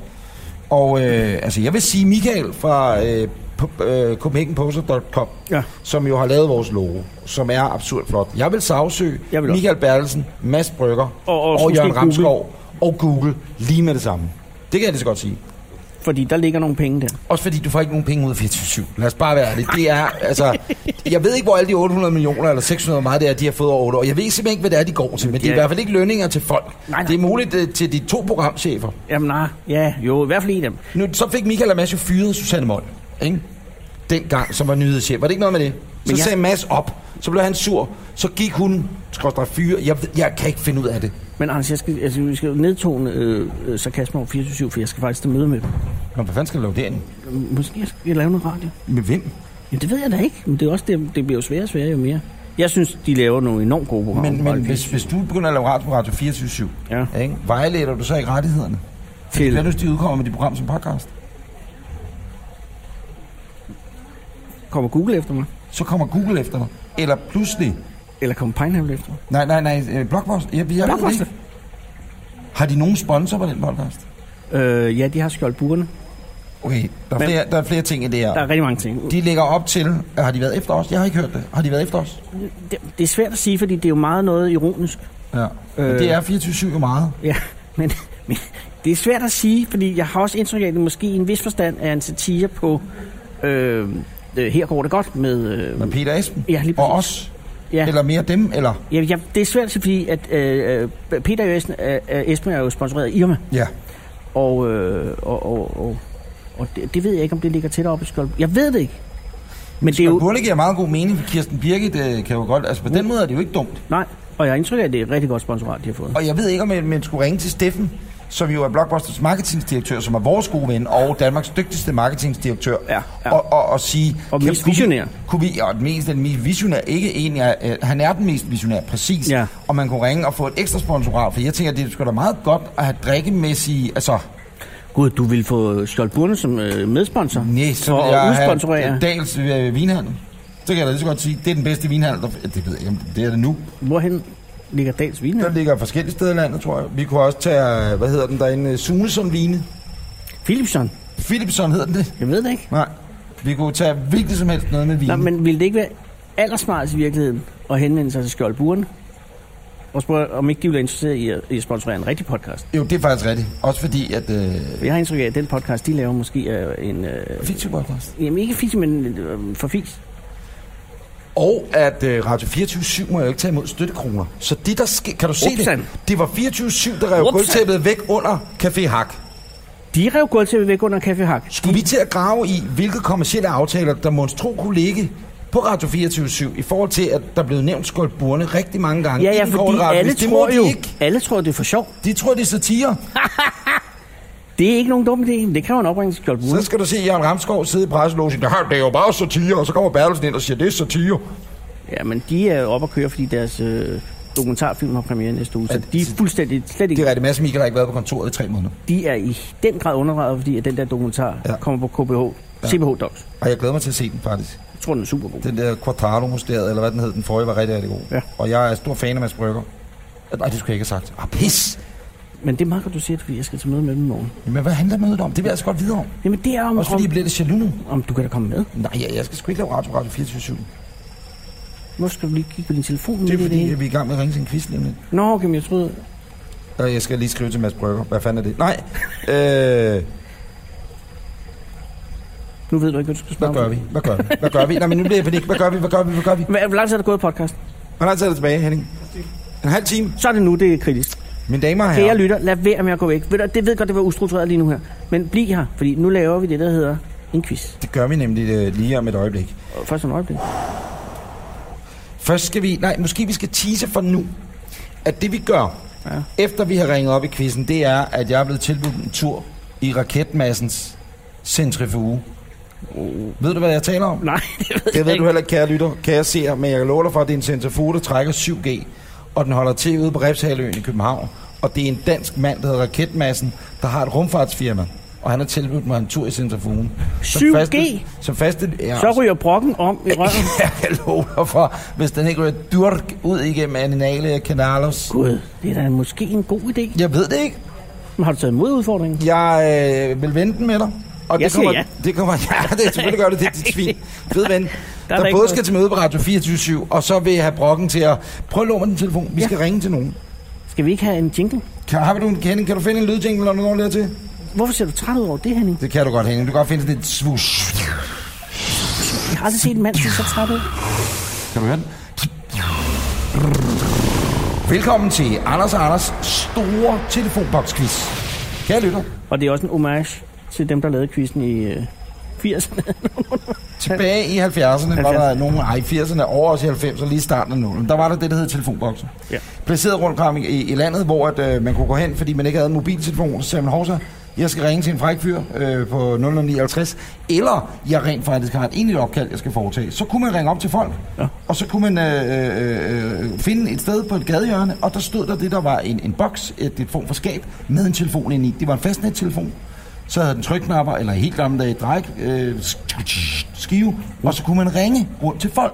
S2: Og øh, altså, jeg vil sige Michael fra øh, p- øh, CopenhagenPoster.com,
S3: Ja.
S2: som jo har lavet vores logo, som er absurd flot. Jeg vil sagsøge
S3: Jeg vil også.
S2: Michael Bertelsen, Mads Brygger
S3: Og- og
S2: og
S3: måske
S2: Jørgen
S3: Google.
S2: Ramskov og Google lige med det samme. Det kan jeg lige så godt sige.
S3: Fordi der ligger nogle penge der.
S2: Også fordi du får ikke nogen penge ud af 24 Lad os bare være ærlige. Det er, altså, jeg ved ikke, hvor alle de 800 millioner eller 600 hvor meget det er, de har fået over 8 år. Jeg ved simpelthen ikke, hvad det er, de går til, men det er i hvert fald ikke lønninger til folk.
S3: Nej, nej.
S2: Det er muligt øh, til de to programchefer.
S3: Jamen, nej. Ja, jo, i hvert fald i dem.
S2: Nu, så fik Michael og Mads jo fyret Susanne Mold, ikke? Dengang, som var nyhedschef. Var det ikke noget med det? Så
S3: Men jeg-
S2: sagde Mads op, så blev han sur, så gik hun, skorstræk fyre. Jeg, ved- jeg kan ikke finde ud af det.
S3: Men Anders, jeg skal, altså, vi skal jo nedtone øh, øh, sarkasme over 24 for jeg skal faktisk til møde med dem.
S2: Nå, hvad fanden skal du lave derinde?
S3: Måske jeg skal lave noget radio.
S2: Med hvem?
S3: Jamen, det ved jeg da ikke. Men det, er også, det, det bliver jo sværere og sværere jo mere. Jeg synes, de laver nogle enormt gode programmer.
S2: Men, men hvis, hvis du begynder at lave radio på Radio 24
S3: Ja.
S2: ikke? vejleder du så ikke rettighederne? Hvad
S3: Til,
S2: hvis de udkommer med dit program som podcast?
S3: kommer Google efter mig?
S2: Så kommer Google efter dig. Eller pludselig...
S3: Eller kommer Pineapple efter mig?
S2: Nej, nej, nej. øh, Blockbuster. Jeg, jeg ved det
S3: Blockbuster?
S2: ikke. Har de nogen sponsor på den podcast?
S3: Øh, ja, de har skjoldt burene.
S2: Okay, der er,
S3: Men-
S2: flere, der er flere ting i det her.
S3: Der er rigtig mange ting.
S2: De lægger op til... Har de været efter os? Jeg har ikke hørt det. Har de været efter os?
S3: Det, det er svært at sige, fordi det er jo meget noget ironisk.
S2: Ja. Øh.
S3: Øh.
S2: Det er 24-7 jo meget.
S3: Ja, *laughs* men, men det er svært at sige, fordi jeg har også indtryk af, at det måske i en vis forstand er en satire på... Øh, øh, her går det godt med... Øh,
S2: Med Peter Esben.
S3: Ja, lige
S2: og
S3: præcis.
S2: os.
S3: ja,
S2: Ja. Eller mere dem, eller...
S3: ja, ja, det er svært at sige, fordi at, øh, øh, Peter og Esben, øh, øh, Esben er jo sponsoreret af Irma,
S2: Ja.
S3: og, øh, og, og, og, og det, det ved jeg ikke, om det ligger tæt op i skjold. Jeg ved det ikke. Men det er
S2: Det
S3: jo... Mm.
S2: burde giver meget god mening, for Kirsten Birgit øh, kan jo godt... Altså, på den måde er det jo ikke dumt.
S3: Nej, og jeg har indtryk af, at det er et rigtig godt sponsorat, de har fået.
S2: Og jeg ved ikke, om man, man skulle ringe til Steffen, som jo er Blockbusters marketingdirektør, som er vores gode ven og Danmarks dygtigste marketingdirektør,
S3: Ja, ja.
S2: Og, og, og sige...
S3: Og
S2: kan-
S3: mest
S2: kunne vi-
S3: visionær.
S2: Kunne vi, og den mest, den mest visionær, ikke en, jeg, øh, han er den mest visionær, præcis.
S3: Ja.
S2: Og man kunne ringe og få et ekstra sponsorat, for jeg tænker, det er sgu da meget godt at have drikkemæssige... Altså,
S3: Gud, du ville få Skjold Burne som øh, medsponsor?
S2: nej, så
S3: for
S2: vil jeg
S3: at
S2: have
S3: udsponsorere?
S2: øh, Dals øh, vinhandel. Så kan jeg da lige så godt sige, det er den bedste vinhandel, der, det ved jeg, ikke, om det er det nu.
S3: Hvorhen ligger Dals Vine?
S2: Der ligger forskellige steder i landet, tror jeg. Vi kunne også tage, øh, hvad hedder den derinde, Sunesund Vine.
S3: Philipson?
S2: Philipson hedder den det.
S3: Jeg ved det ikke.
S2: Nej. Vi kunne tage hvilket som helst noget med vin.
S3: Nå, men ville det ikke være allersmartest i virkeligheden at henvende sig til Skjold Burne? Og spørge, om ikke de ville være interesseret i at, i at sponsorere en rigtig podcast?
S2: Jo, det er faktisk rigtigt. Også fordi, at... Øh,
S3: For jeg har indtryk af, at den podcast, de laver, måske er en... Øh,
S2: Fiktiv podcast.
S3: jamen ikke fisk, men øh, for fisk.
S2: Og at øh, Radio 24-7 må jo ikke tage imod støttekroner. Så det der sker... Kan du se
S3: Upsan.
S2: det? Det var 24-7, der rev
S3: Upsan.
S2: gulvtæppet væk under Café Hak.
S3: De rev gulv til væk under Café Hak.
S2: Skulle vi til at grave i, hvilke kommersielle aftaler, der monstro kunne ligge på Radio 24 i forhold til, at der er blevet nævnt Skolburne rigtig mange gange.
S3: Ja,
S2: i
S3: ja,
S2: den korte
S3: fordi
S2: radiovis.
S3: alle
S2: det må
S3: tror
S2: de
S3: jo,
S2: Ikke.
S3: alle tror, det er for sjov.
S2: De tror, det er satire.
S3: Det er ikke nogen dum idé, men det kræver en opringning til Skjold Bune.
S2: Så skal du se Jørgen Ramskov sidde i presselogen. Nej, det er jo bare satire. Og så kommer Bertelsen ind og siger, det er satire.
S3: Ja, men de er oppe at køre, fordi deres øh, dokumentarfilm har premiere næste uge, så
S2: At-
S3: de er fuldstændig slet
S2: Det er
S3: ikke...
S2: rigtigt. Mads Mikkel har ikke været på kontoret i tre måneder.
S3: De er i den grad underrettet, fordi at den der dokumentar
S2: Ja.
S3: ja. kommer på KBH. Ja. CBH Docs.
S2: Og jeg glæder mig til at se den, faktisk.
S3: Jeg tror, den er super god.
S2: Den der Quadraro Mysteriet, eller hvad den hed, den forrige var rigtig, rigtig god.
S3: Ja.
S2: Og jeg er stor fan af Mads Brygger. Nej, det skulle jeg ikke have sagt. Ah, pis!
S3: Men det er meget godt, du siger det, fordi jeg skal til møde med dem i morgen.
S2: Men hvad handler mødet om? Det vil jeg altså godt vide om.
S3: Jamen det er om,
S2: Også fordi jeg
S3: om,
S2: bliver lidt jaloux nu.
S3: om du kan da komme med.
S2: Nej, jeg, jeg skal sgu ikke lave radio, radio 24
S3: Nu skal du lige kigge på din telefon.
S2: Det
S3: midt
S2: er
S3: i
S2: fordi,
S3: hele.
S2: at vi er i gang med at ringe til en quiz lige om lidt.
S3: Nå, okay, men jeg troede...
S2: Og jeg skal lige skrive til Mads Brygger. Hvad fanden er det? Nej, øh,
S3: Nu ved du ikke, hvad du skal spørge
S2: hvad gør
S3: om.
S2: vi? Hvad gør vi? Hvad gør vi? Nej, men nu bliver jeg i panik. Hvad gør vi? Hvad gør vi? Hvad gør vi?
S3: Hvad- Hvor lang tid er der gået i podcast?
S2: Hvor lang tid er det tilbage, Henning? En halv time.
S3: Så er det nu, det er kritisk.
S2: Mine damer og
S3: Kære
S2: herrer.
S3: lytter, lad være med at gå væk. Ved du, det ved godt, det var ustruktureret lige nu her. Men bliv her, fordi nu laver vi det, der hedder en quiz.
S2: Det gør vi nemlig øh, lige om et øjeblik.
S3: Og Først om et øjeblik. *laughs*
S2: Først skal vi... Nej, måske vi skal tease for nu, at det vi gør, ja.
S3: Ja.
S2: efter vi har ringet op i quizzen, det er, at jeg er blevet tilbudt en tur i raketmassens centrifuge. Oh. Ved du, hvad jeg taler om?
S3: Nej, det ved
S2: Det
S3: jeg
S2: ved
S3: ikke.
S2: du heller ikke, kære lytter, kære seer, men jeg kan love dig for, at det er en centrifuge, der trækker 7G, og den holder til ude på Refshaløen i København. Og det er en dansk mand, der hedder Raketmassen, der har et rumfartsfirma, og han har tilbudt mig en tur i centrifugen. Som
S3: 7G?
S2: faste- Som faste... Ja,
S3: Så
S2: *laughs*
S3: ryger brokken om i røven.
S2: jeg kan love dig for, hvis den ikke ryger durk ud igennem aninale kanalos.
S3: *laughs* Gud, det er da måske en god idé.
S2: Jeg ved det ikke.
S3: Men har du taget imod udfordringen?
S2: Jeg øh, vil vente med dig. Og
S3: Jeg
S2: det kommer,
S3: siger ja.
S2: Det kommer, *laughs* ja, det er selvfølgelig gør det, det er dit svin. Fed ven, der,
S3: er der
S2: der
S3: ikke
S2: både
S3: noget.
S2: skal til møde på Radio 24 og så vil jeg have brokken til at... Prøv at låne mig din telefon. Vi skal ringe til nogen.
S3: Skal vi ikke have en jingle?
S2: Kan, har du en kending? Kan du finde en lydjingle, når du når dertil?
S3: Hvorfor ser du træt ud over det, Henning?
S2: Det kan du godt, Henning. Du kan godt finde sådan et svus.
S3: Jeg har aldrig set en mand, der er så træt ud.
S2: Kan du høre den? Velkommen til Anders og Anders store telefonboksquiz. Kære lytter,
S3: Og det er også en homage til dem, der lavede quizzen i øh, 80'erne.
S2: tilbage i 70'erne var der
S3: 70'erne.
S2: nogle, ej, i 80'erne over os i 90'erne, lige i starten af 0'erne, der var der det, der hed telefonbokser.
S3: Ja.
S2: Placeret rundt om i, i landet, hvor at, øh, man kunne gå hen, fordi man ikke havde en mobiltelefon, så sagde man, "Hov, så jeg skal ringe til en fræk fyr øh, på 0059, eller jeg rent faktisk har et egentligt opkald, jeg skal foretage. Så kunne man ringe op til folk, ja.
S3: Ja.
S2: og så kunne man øh, øh, øh, finde et sted på et gadehjørne, og der stod der det, der var en, en boks, et, et form for skab, med en telefon inde i. Det var en fastnettelefon. Så havde den trykknapper, eller i helt gamle dage drej, øh, skive, og så kunne man ringe rundt til folk.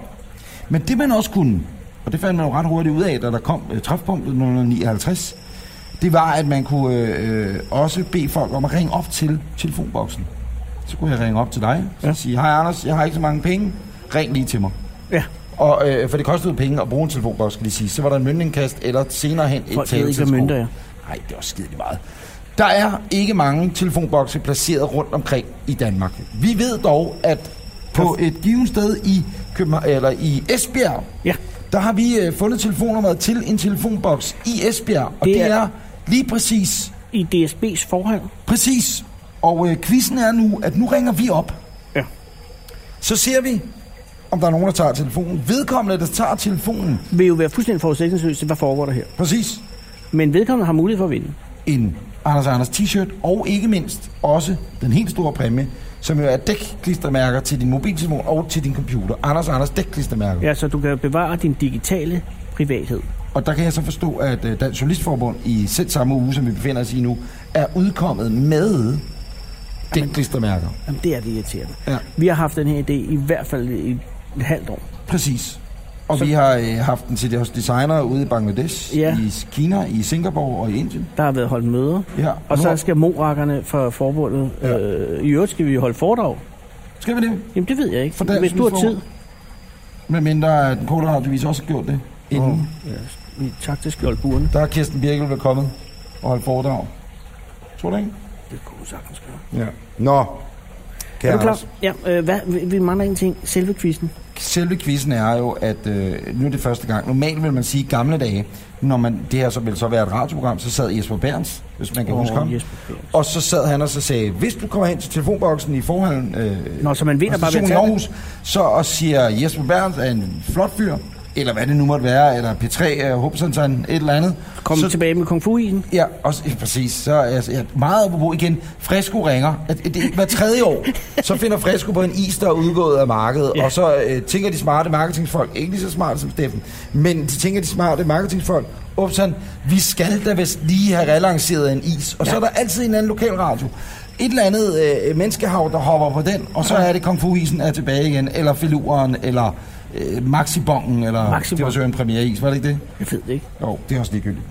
S2: Men det man også kunne, og det fandt man jo ret hurtigt ud af, da der kom øh, træfpunktet 059, det var, at man kunne øh, øh, også bede folk om at ringe op til telefonboksen. Så kunne jeg ringe op til dig og ja.
S3: Ja.
S2: sige, hej Anders, jeg har ikke så mange penge, ring lige til mig.
S3: *laughs* Ja,
S2: Og, øh, for det kostede penge at bruge en telefonboks, skal lige sige. Så var der en møntindkast, eller senere hen et
S3: folk ved ikke, hvad
S2: taletilskud.
S3: mønter er.
S2: Nej, det er også skideligt meget. Der er ikke mange telefonbokse placeret rundt omkring i Danmark. Vi ved dog, at på et givet sted i, København, eller i Esbjerg,
S3: Ja,
S2: der har vi øh, fundet telefonnummeret til en telefonboks i Esbjerg. Og det,
S3: Det
S2: det er...
S3: er-
S2: er lige præcis,
S3: i DSB's forhal.
S2: præcis. Og øh, quizzen er nu, at nu ringer vi op.
S3: Ja.
S2: Så ser vi, om der er nogen, der tager telefonen. Vedkommende, der tager telefonen.
S3: Vil jo være fuldstændig forudsætningsløs til, hvad foregår der her.
S2: Præcis.
S3: Men vedkommende har mulighed for at vinde.
S2: en Anders Anders t-shirt, og ikke mindst også den helt store præmie, som jo er dækklistermærker til din mobiltelefon og til din computer. Anders Anders dækklistermærker. Ja.
S3: Ja, så du kan bevare din digitale privathed.
S2: Og der kan jeg så forstå, at øh, Dansk Journalistforbund i selv samme uge, som vi befinder os i nu, er udkommet med dækklistermærker.
S3: Jamen, det er det irriterende.
S2: Ja.
S3: Vi har haft den her idé i hvert fald i et halvt år.
S2: Præcis. Og så... vi har øh, haft den til det hos designere ude i Bangladesh, ja.
S3: Ja.
S2: i Kina, i Singapore og i Indien.
S3: Der har været holdt møder.
S2: Ja,
S3: Og
S2: nu
S3: så skal morakkerne fra forbundet...
S2: Ja.
S3: Ja. Øh, I øvrigt skal vi jo holde foredrag.
S2: skal vi det,
S3: Jamen, det ved jeg ikke.
S2: For dansk
S3: Hvis du har tid...
S2: udfordring. medmindre at den korte radiovis også har gjort det inden. Oh.
S3: Ja, øh, vi- tak til skjoldbuerne.
S2: Der er Kirsten Birkel vel kommet og holdt foredrag. Tror du ikke?
S3: Det kunne vi sagtens gøre. altså.
S2: Ja. Nå.
S3: Er
S2: Kære
S3: du klar?
S2: Anders,
S3: Ja, øh, hvad, vi, vi mangler en ting. Selve quizzen.
S2: selve quizzen er jo, at øh, nu er det første gang. Normalt vil man sige gamle dage, når man, det her så ville så være et radioprogram, så sad Jesper Berns, hvis man kan oh, huske ham. Yes. Og så sad han og så sagde, hvis du kommer hen til telefonboksen i forhallen, øh,
S3: Nå, så man vinder bare ved at
S2: stationen i
S3: tage den.
S2: Aarhus, så og siger, Jesper Berns er en flot fyr, eller hvad det nu måtte være, eller P3, øh, Hobsonsen, et eller andet.
S3: Kom
S2: så,
S3: så... tilbage med kung fu i den.
S2: Ja, også, ja, præcis. Så altså, ja, meget apropos igen. Fresco ringer. At, at, at, hver tredje år, så finder Fresco på en is, der er udgået af markedet.
S3: Ja.
S2: Og så øh, tænker de smarte marketingsfolk, ikke lige så smarte som Steffen, men de tænker de smarte marketingsfolk, Upsan, vi skal da vist lige have relanceret en is. Og ja. så er der altid en anden lokalradio. Et eller andet øh, menneskehav, der hopper på den, og så er det Kung Fu-isen er tilbage igen, eller Feluren, eller øh, Maxibongen, eller
S3: Maxibongen.
S2: det var så en premiereis, var det ikke det?
S3: Jeg ved det ikke.
S2: Jo, det er også ligegyldigt.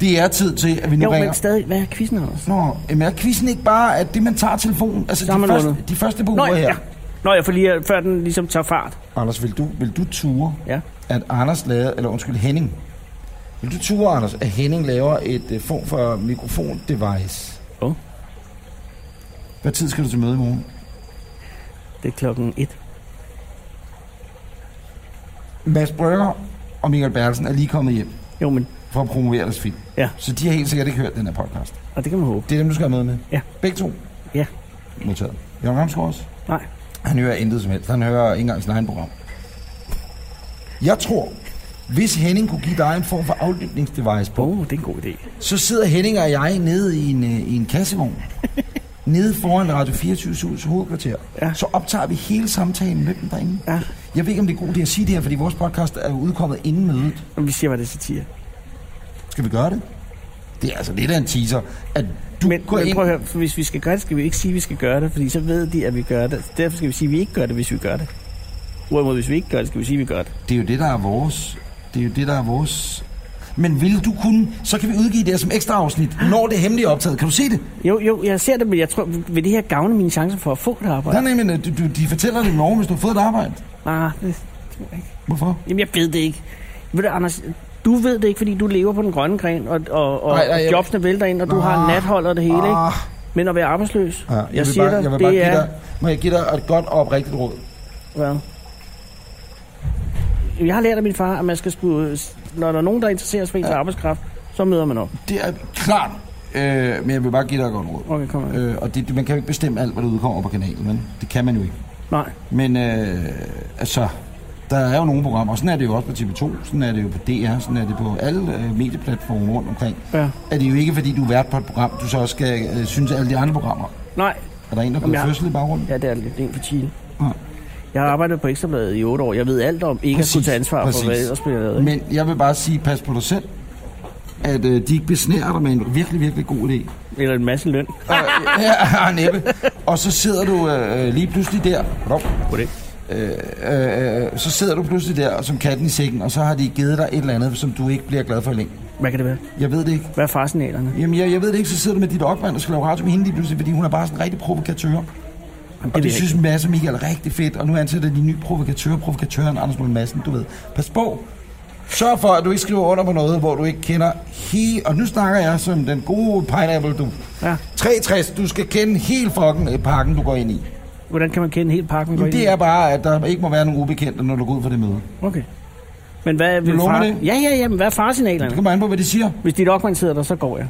S2: Det er tid til, at vi nu
S3: Jo,
S2: ringer...
S3: men stadig, hvad er quizzen også?
S2: Nå, jamen er quizzen ikke bare, at det man tager telefonen, altså
S3: Så har
S2: de
S3: man
S2: første,
S3: vundet.
S2: de første på
S3: Nå,
S2: uger
S3: ja.
S2: her.
S3: ja. Nå, jeg får lige, øh, før den ligesom tager fart.
S2: Anders, vil du, vil du ture,
S3: Ja.
S2: at Anders laver, eller undskyld, Henning, vil du ture, Anders, at Henning laver et uh, form for mikrofon-device?
S3: Jo.
S2: Hvad tid skal du til møde i morgen?
S3: Det er klokken et.
S2: Mads Brygger og Michael Bertelsen er lige kommet hjem
S3: Jo, men,
S2: for at promovere deres film.
S3: Ja.
S2: Så de har helt sikkert ikke hørt den her podcast.
S3: og det kan man håbe.
S2: Det er dem, du skal have med med?
S3: Ja.
S2: Begge to?
S3: Ja.
S2: Modtaget. Jørgen Ramsgaard også?
S3: Nej.
S2: Han hører intet som helst. Han hører ikke engang sin egen program. Jeg tror, hvis Henning kunne give dig en form for aflytningsdevice på,
S3: Åh, oh, det er en god idé.
S2: så sidder Henning og jeg nede i en, øh, i en
S3: *laughs*
S2: kassevogn. nede foran Radio 24 hovedkvarter.
S3: Ja.
S2: Så optager vi hele samtalen med dem derinde.
S3: Ja.
S2: Jeg ved ikke, om det er godt at sige det her, fordi vores podcast er jo udkommet inden mødet.
S3: Jamen, vi siger, hvad det er satire.
S2: Skal vi gøre det? Det er altså lidt af en teaser, at du
S3: Men,
S2: går
S3: men
S2: ind...
S3: prøv at høre, for hvis vi skal gøre det, skal vi ikke sige, at vi skal gøre det, fordi så ved de, at vi gør det. Derfor skal vi sige, at vi ikke gør det, hvis vi gør det. Hvorimod, hvis vi ikke gør det, skal vi sige, at vi gør det.
S2: Det er jo det, der er vores. Det er jo det, der er vores. Men vil du kunne, så kan vi udgive det her som ekstra afsnit, når det er hemmeligt optaget. Kan du se det?
S3: Jo, jo, jeg ser det, men jeg tror, vil det her gavne mine chancer for at få det arbejde?
S2: Nej, nej, men øh, du, du, de fortæller det i morgen, hvis du har fået et arbejde.
S3: Nej, det tror jeg ikke.
S2: Hvorfor?
S3: Jamen, jeg ved det ikke. Ved du, Anders, du ved det ikke, fordi du lever på den grønne gren, og, og, og
S2: Nej, nej, jeg-
S3: jobsene vælter ind, og du har
S2: Ah,
S3: nathold og det hele, ikke?
S2: Ah,
S3: Men at være arbejdsløs,
S2: ja,
S3: jeg, jeg siger
S2: bare,
S3: dig,
S2: jeg vil bare
S3: det
S2: give
S3: er...
S2: dig, må jeg give dig et godt og oprigtigt råd?
S3: Hvad? Jeg har lært af min far, at man skal skulle, når der er nogen, der interesserer sig for ens ja. arbejdskraft, så møder man op.
S2: Det er klart, øh, men jeg vil bare give dig et godt råd.
S3: Okay, kom her. Øh.
S2: Øh, og det, det- man kan jo ikke bestemme alt, hvad der udkommer på kanalen, men det kan man jo ikke.
S3: Nej,
S2: Men øh, altså, der er jo nogle programmer, og sådan er det jo også på TV2, sådan er det jo på DR, sådan er det på alle øh, medieplatforme rundt omkring.
S3: ja.
S2: er det jo ikke, fordi du er vært på et program, du så også skal øh, synes, at alle de andre programmer.
S3: Nej,
S2: Er der en, der går
S3: Jamen, jeg-
S2: fødsel i baggrunden?
S3: ja, det er lidt en for Chile.
S2: Ja.
S3: Jeg har arbejdet på Ekstrabladet i otte år. Jeg ved alt om ikke
S2: Præcis,
S3: at skulle tage ansvar
S2: præcis.
S3: for, hvad jeg ellers bliver lavet. ikke?
S2: Men jeg vil bare sige, pas på dig selv, at øh, de ikke besnærer dig med en virkelig, virkelig god idé.
S3: *laughs* Eller en masse løn.
S2: Og, øh, ja, *laughs* næppe. Og så sidder du øh, lige pludselig der. Hov.
S3: Goddag.
S2: Øh, øh, så sidder du pludselig der som katten i sækken, og så har de givet dig et eller andet, som du ikke bliver glad for længe.
S3: Hvad kan det være?
S2: Jeg ved det ikke.
S3: Hvad er farsignalerne?
S2: Jamen, jeg, jeg ved det ikke. Så sidder du med dit opmand og skal lave radio med hende lige pludselig, fordi hun er bare sådan en rigtig provokatør. Og
S3: Jamen, ved
S2: det
S3: jeg
S2: synes en masse Michael er rigtig fedt, og nu ansætter de en ny provokatør, provokatøren Anders Møller Madsen, du ved. Pas på. Sørg for, at du ikke skriver under på noget, hvor du ikke kender he... Og nu snakker jeg som den gode pineapple, du.
S3: ikke. Ja.
S2: 63, du skal kende hele fucking øh, pakken, du går ind i.
S3: Hvordan kan man kende helt pakken? går
S2: Jamen,
S3: ind i?
S2: det er bare, at der ikke må være nogen ubekendte, når du går ud for det møde.
S3: Okay. Men hvad vil
S2: lover
S3: far...
S2: det?
S3: Ja, ja, ja, men hvad er
S2: Det
S3: farsignalerne?
S2: kommer an på, hvad de siger.
S3: Hvis dit opmand sidder der, så går jeg.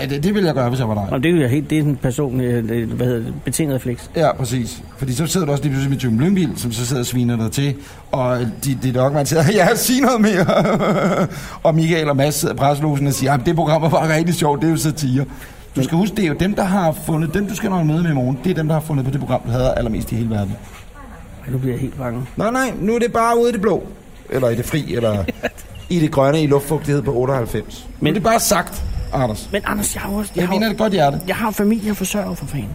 S2: Ja, det, det vil jeg gøre, hvis jeg var dig.
S3: Jamen, det er jo helt, det er en person, øh, øh, hvad hedder det, betinget refleks.
S2: Ja, præcis. Fordi så sidder du også lige pludselig med Jim Lyngvild, som så sidder og sviner dig til, og dit dit dogman siger, *laughs* ja, sig noget mere. *laughs* og Michael og Mads sidder i presselogen og siger, "Jamen, det program var rigtig sjovt, det er jo satire. Du skal huske, det er jo dem, der har fundet, dem du skal nok møde med i morgen, det er dem, der har fundet på det program, du hader allermest i hele verden.
S3: Ej, nu bliver jeg helt bange.
S2: Nej, nej, nu er det bare ude i det blå. Eller i det fri, *laughs* eller i det grønne i luftfugtighed på 98. Men
S3: Men-
S2: det er bare sagt, Anders.
S3: Men Anders, jeg har jo også...
S2: Jeg
S3: har,
S2: mener det godt hjerte.
S3: jeg har familie og forsørger for fanden.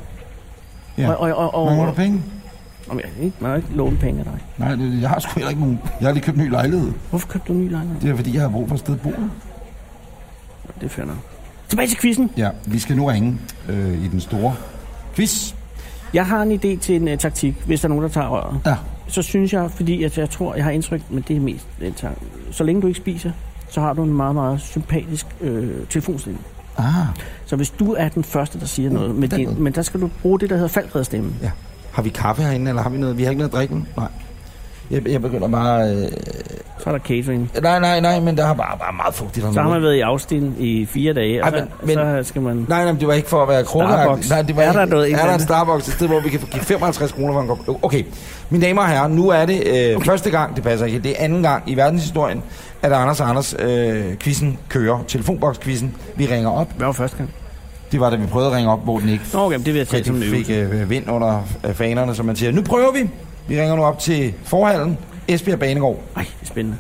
S2: Ja.
S3: Og, og, og, og,
S2: Mangler du penge?
S3: Jamen, jeg, kan ikke, man har ikke låne penge af dig.
S2: Nej, det- jeg har sgu heller ikke nogen. Jeg har lige købt en ny lejlighed.
S3: Hvorfor købte du en ny lejlighed?
S2: Det er fordi, jeg har brug for et sted at bo.
S3: Det er fair nok. Tilbage til quizzen.
S2: Ja, vi skal nu ringe øh, i den store quiz.
S3: Jeg har en idé til en uh, taktik, hvis der er nogen, der tager røret.
S2: Ja,
S3: Så synes jeg, fordi at jeg tror, jeg har indtryk, men det er mest en tak. Så længe du ikke spiser, så har du en meget, meget sympatisk øh, telefonstilling.
S2: ah,
S3: Så hvis du er den første, der siger noget, med
S2: Mm, den
S3: din,
S2: måde.
S3: men der skal du bruge det, der hedder faldredstemme.
S2: ja. Har vi kaffe herinde, eller har vi noget? Vi har ikke noget at drikke. Nej. Jeg, jeg begynder bare... Øh,
S3: Så er der catering.
S2: nej, nej, nej, men der har bare, bare meget fugtigt
S3: Så har man
S2: hernede.
S3: været i afstilling i fire dage, og
S2: Ej,
S3: så,
S2: men- men-
S3: så skal man...
S2: Nej, nej, men det var ikke for at være
S3: Starbucks.
S2: kronagtig. Nej, det var
S3: Er
S2: ikke,
S3: der noget,
S2: Er der en
S3: Alexander?
S2: Starbucks et sted, hvor vi kan give 55 kroner for en kop? Okay, mine damer og herrer, nu er det øh, første gang, det passer ikke, det er anden gang i verdenshistorien, at Anders og Anders øh, quizzen kører. Telefonboks-quizzen. Vi ringer op.
S3: Hvad var første gang?
S2: Det var da vi prøvede at ringe op, hvor den ikke
S3: Nå, okay, men det vil jeg tage som en
S2: rigtig fik
S3: øvelse.
S2: øh, vind under øh, fanerne, som man siger. Nu prøver vi. Vi ringer nu op til forhallen. Esbjerg Banegård.
S3: Ej, det er spændende.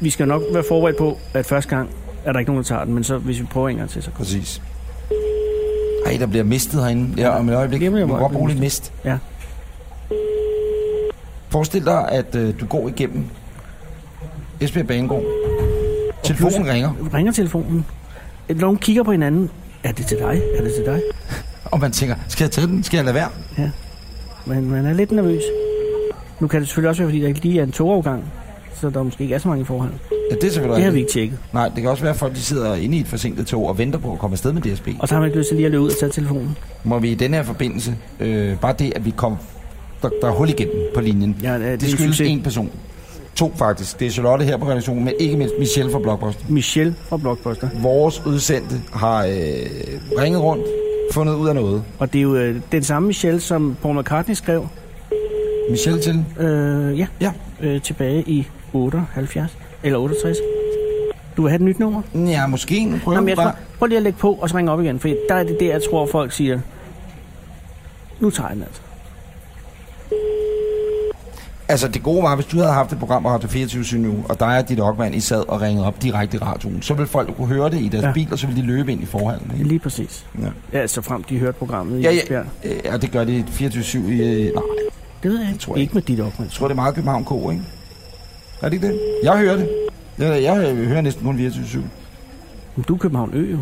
S3: Vi skal nok være forberedt på, at første gang er der ikke nogen, der tager den, men så hvis vi prøver en gang til, så kommer
S2: Præcis. Ej, der bliver mistet herinde. Ja, om et øjeblik.
S3: Lige
S2: Vi
S3: om
S2: kan
S3: lidt
S2: godt
S3: bliver
S2: bruge lidt mist.
S3: Ja.
S2: Forestil dig, at øh, du går igennem Esbjerg Banegård. Telefonen ringer,
S3: Ringer telefonen. Nogen kigger på hinanden. Er det til dig? Er det til dig?
S2: og man tænker, skal jeg tage den? Skal jeg lade være?
S3: Men man er lidt nervøs. Nu kan det selvfølgelig også være, fordi der ikke lige er en togafgang, så der måske ikke er så mange forhold.
S2: Ja, det er selvfølgelig
S3: Det har vi
S2: rigtigt.
S3: ikke tjekket.
S2: Nej, det kan også være, at folk de sidder inde i et forsinket tog og venter på at komme afsted med DSB.
S3: Og så har man ikke lyst til lige at løbe ud og tage telefonen.
S2: Må vi i den her forbindelse, øh, bare det, at vi kom, der, der er hul igennem på linjen.
S3: Ja, det er
S2: Det
S3: en
S2: skyldes
S3: succes.
S2: en person. To faktisk. Det er Charlotte her på redaktionen, men ikke mindst Michelle fra Blockbuster.
S3: Michelle fra Blockbuster.
S2: Vores udsendte har øh, ringet rundt, fundet ud af noget.
S3: Og det er jo øh, den samme Michelle, som Paul McCartney skrev
S2: Michelle til.
S3: øh, ja,
S2: Ja.
S3: øh, tilbage i 78 eller 68. Du vil have et nyt nummer?
S2: Ja, måske. Nu prøver
S3: Jamen, jeg
S2: vi bare.
S3: tror, prøv lige at lægge på, og så ringe op igen, for der er det der, jeg tror, folk siger, nu tager jeg den altså.
S2: Altså, det gode var, hvis du havde haft et program på Radio 24 nu, og dig og dit Ockmann, I sad og ringede op direkte i radioen, så ville folk kunne høre det i deres ja.
S3: Ja.
S2: bil, og så ville de løbe ind i forhallen. Ikke?
S3: Lige præcis.
S2: Ja.
S3: Ja, så frem de hørte programmet i
S2: Ja, ja,
S3: Esbjerg.
S2: øh, ja, det gør det 24 i... Øh, nej,
S3: Det ved jeg ikke.
S2: tror
S3: Tror
S2: jeg
S3: jeg. Ikke med dit opmand.
S2: Jeg tror, det er meget København K, ikke? Er det ikke det? Jeg hører det. Jeg, jeg, jeg hører næsten kun 24-7.
S3: Men du er København Ø, jo.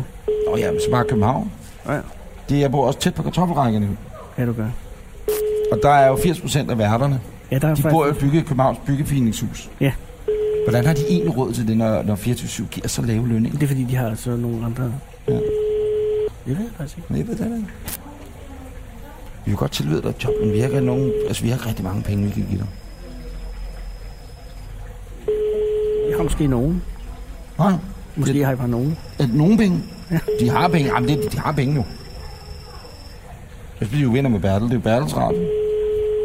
S2: Nå ja, men så bare København.
S3: Ja,
S2: Det, jeg bor også tæt på kartoffelrækkerne.
S3: ja du gør.
S2: Og der er jo 80 procent af værterne.
S3: Ja, der
S2: De
S3: er faktisk...
S2: bor jo bygget i Københavns byggeforeningshus.
S3: Ja.
S2: Hvordan har de egentlig råd til det, når, når 24-7 giver så lave lønninger?
S3: Det er fordi, de har altså nogle andre...
S2: Ja.
S3: Ja. Det ved jeg faktisk ikke.
S2: Jeg ved det ikke. Vi kan godt tilbyde dig et job, men vi har ikke nogen... Altså, vi har ikke rigtig mange penge, vi kan give dig.
S3: Jeg har måske nogen.
S2: Nej,
S3: Måske
S2: Det-
S3: har jeg bare nogen.
S2: Er det nogen penge?
S3: Ja.
S2: De har penge. Jamen, det, de har penge jo. Jeg bliver jo vinder med Bertel. Det er jo Bertels radio.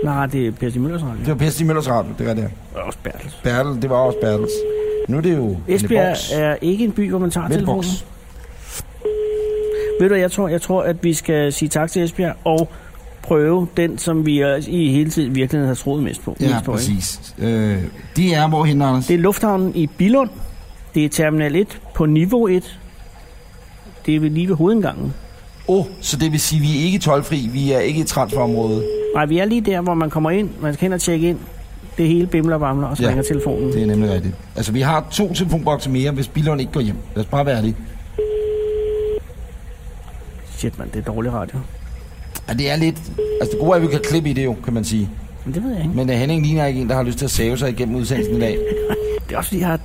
S3: Nej, det er Per Stig Møllers radio.
S2: Det var Pest i Møllers radio, det var det.
S3: Det er også Bertels.
S2: Bertel, det var også Bertels. Nu er det jo
S3: Esbjerg er ikke en by, hvor man tager telefonen.
S2: Vindboks.
S3: Ved du, hvad jeg tror, jeg tror, at vi skal sige tak til Esbjerg og prøve den, som vi øh, i hele tiden virkelig har troet mest på.
S2: Ja,
S3: mest på, ikke?
S2: præcis. Øh, det er hvorhen, Anders?
S3: Det er lufthavnen i Billund. Det er terminal 1 på niveau 1. Det er ved lige ved hovedindgangen.
S2: Åh, oh, så det vil sige, at vi er ikke tolvfri, vi er ikke i transferområdet.
S3: Nej, vi er lige der, hvor man kommer ind. Man skal hen og tjekke ind. Det hele bimler og bamler, og så
S2: Ja.
S3: ja. ringer telefonen.
S2: Det er nemlig rigtigt. Altså, vi har to telefonbokse mere, hvis Billund ikke går hjem. Lad os bare være det.
S3: Shit, mand, det er dårlig radio.
S2: Ja, det er lidt... Altså, det gode er, at vi kan klippe i det jo, kan man sige.
S3: Men det ved jeg ikke.
S2: Men uh, Henning ligner ikke en, der har lyst til at save sig igennem udsendelsen i dag.
S3: Det er også, fordi jeg har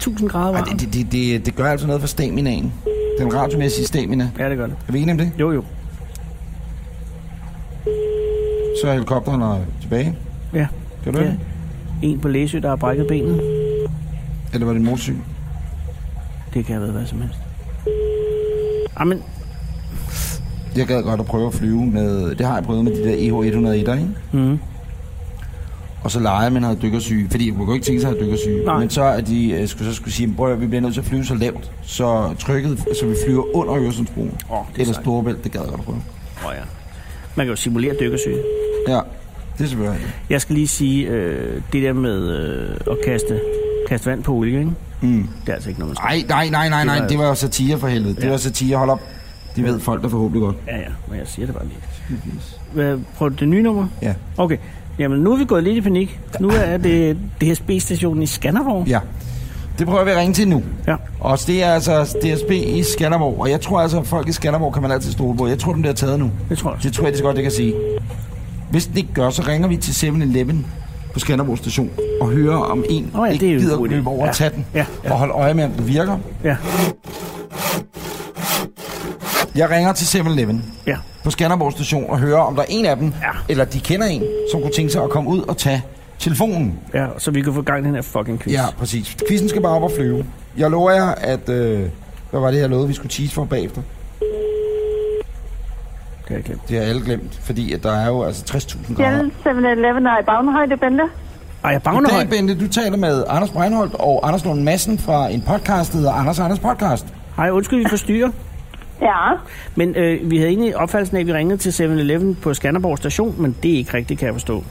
S3: 1000 grader
S2: Ej,
S3: varmt.
S2: det, det, det, det, det gør altså noget for staminaen. Den radiomæssige stamina.
S3: Ja, det gør det.
S2: Er vi enige om det?
S3: Jo, jo.
S2: Så er helikopteren øh, tilbage.
S3: Ja.
S2: Kan du
S3: ja.
S2: ja. det?
S3: En på Læsø, der har brækket benet.
S2: Eller var det en motorcykel?
S3: Det kan have været hvad som helst. Jamen,
S2: Jeg gad godt at prøve at flyve med... Det har jeg prøvet med de der E EH-101'er, ikke?
S3: mm,
S2: Og så leger man havde dykkersyge, fordi man kunne ikke tænke sig at have dykkersyge.
S3: Nej.
S2: Men så er de øh, skulle, så skulle sige, "Prøv at høre, vi bliver nødt til at flyve så lavt, så trykket, så vi flyver under Øresundsbroen.
S3: Åh, det er
S2: Eller
S3: sejt.
S2: Storebælt, det gad jeg godt at prøve.
S3: oh, ja. man kan jo simulere dykkersyge.
S2: Ja, det er selvfølgelig rigtigt.
S3: Jeg skal lige sige, øh, det der med øh, at kaste, kaste vand på olie, ikke?
S2: Mm.
S3: det er altså ikke noget, man skal.
S2: Ej, nej, nej, nej,
S3: Det
S2: nej,
S3: var-
S2: det var jo satire for helvede. Ja. Det
S3: Ja.
S2: var satire, hold op. Det ved folk, der forhåbentlig godt.
S3: Ja, ja, men jeg siger det bare lige. Hvad, prøv det nye nummer?
S2: Ja.
S3: Okay, jamen nu er vi gået lidt i panik. Nu er det DSB-stationen i Skanderborg.
S2: Ja. Det prøver vi at ringe til nu.
S3: Ja.
S2: Og det er altså DSB i Skanderborg. Og jeg tror altså, at folk i Skanderborg kan man altid stole på. Jeg tror, den bliver taget nu.
S3: det tror jeg.
S2: Det tror jeg, det så godt, det kan sige. Hvis den ikke gør, så ringer vi til 7-Eleven på Skanderborg station og hører, om en
S3: Åh ja,
S2: ikke
S3: det er jo en
S2: gider
S3: god idé.
S2: løbe over og
S3: Ja,
S2: tage den.
S3: ja, ja.
S2: Og holde øje med, om den virker.
S3: Ja.
S2: Jeg ringer til 7-Eleven
S3: Ja.
S2: på Skanderborg station og hører, om der er en af dem,
S3: Ja.
S2: eller de kender en, som kunne tænke sig at komme ud og tage telefonen.
S3: ja, så vi kan få gang i den her fucking quiz.
S2: Ja, præcis. Quizzen skal bare op og flyve. Jeg lover jer, at... Øh, hvad var det, jeg lovede, vi skulle tease for bagefter?
S3: Det har jeg glemt.
S2: Det har alle glemt, fordi at der er jo altså 60.000 grader.
S5: Sjældent 7-Eleven og i Bagnehøjde, Bente.
S3: Ej, jeg bagner
S2: Goddag,
S3: højt.
S2: Bente. Du taler med Anders Breinholt og Anders Lund Madsen fra en podcast, der hedder Anders og Anders Podcast.
S3: Hej, undskyld, vi forstyrrer.
S5: Ja,
S3: Men øh, vi havde egentlig opfattelsen af, at vi ringede til 7-Eleven på Skanderborg station, men det er ikke rigtigt, kan jeg forstå.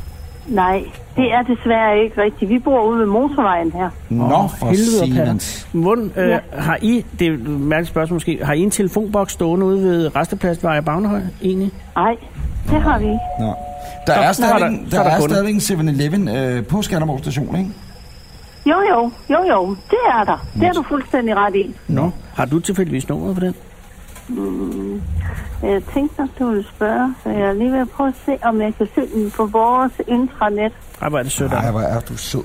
S5: nej, det er desværre ikke rigtigt. Vi bor ude ved motorvejen her.
S2: Nå, for
S3: Palle.
S2: Siemens.
S3: Hvordan, øh,
S5: Ja.
S3: har I, det er et mærkeligt spørgsmål måske, har I en telefonboks stående ude ved Restepladsvej i Bagnehøj egentlig?
S5: Nej, det har vi ikke.
S2: Nå. Der
S3: Så-
S2: er
S3: så er der-
S2: stadigvæk,
S3: så
S2: der
S3: er der
S2: er
S3: kunder.
S2: stadigvæk en 7-Eleven øh, på Skanderborg station, ikke?
S5: Jo, jo, jo, jo, det er der. Det er du fuldstændig ret i.
S3: Nå. Har du tilfældigvis nummeret på den?
S5: Jeg tænkte nok, du ville spørge, så jeg er lige ved at prøve at se, om jeg kan se den på vores intranet.
S3: Ej, hvor er det sødt af
S2: Nej,
S3: dig.
S2: hvor er du sød.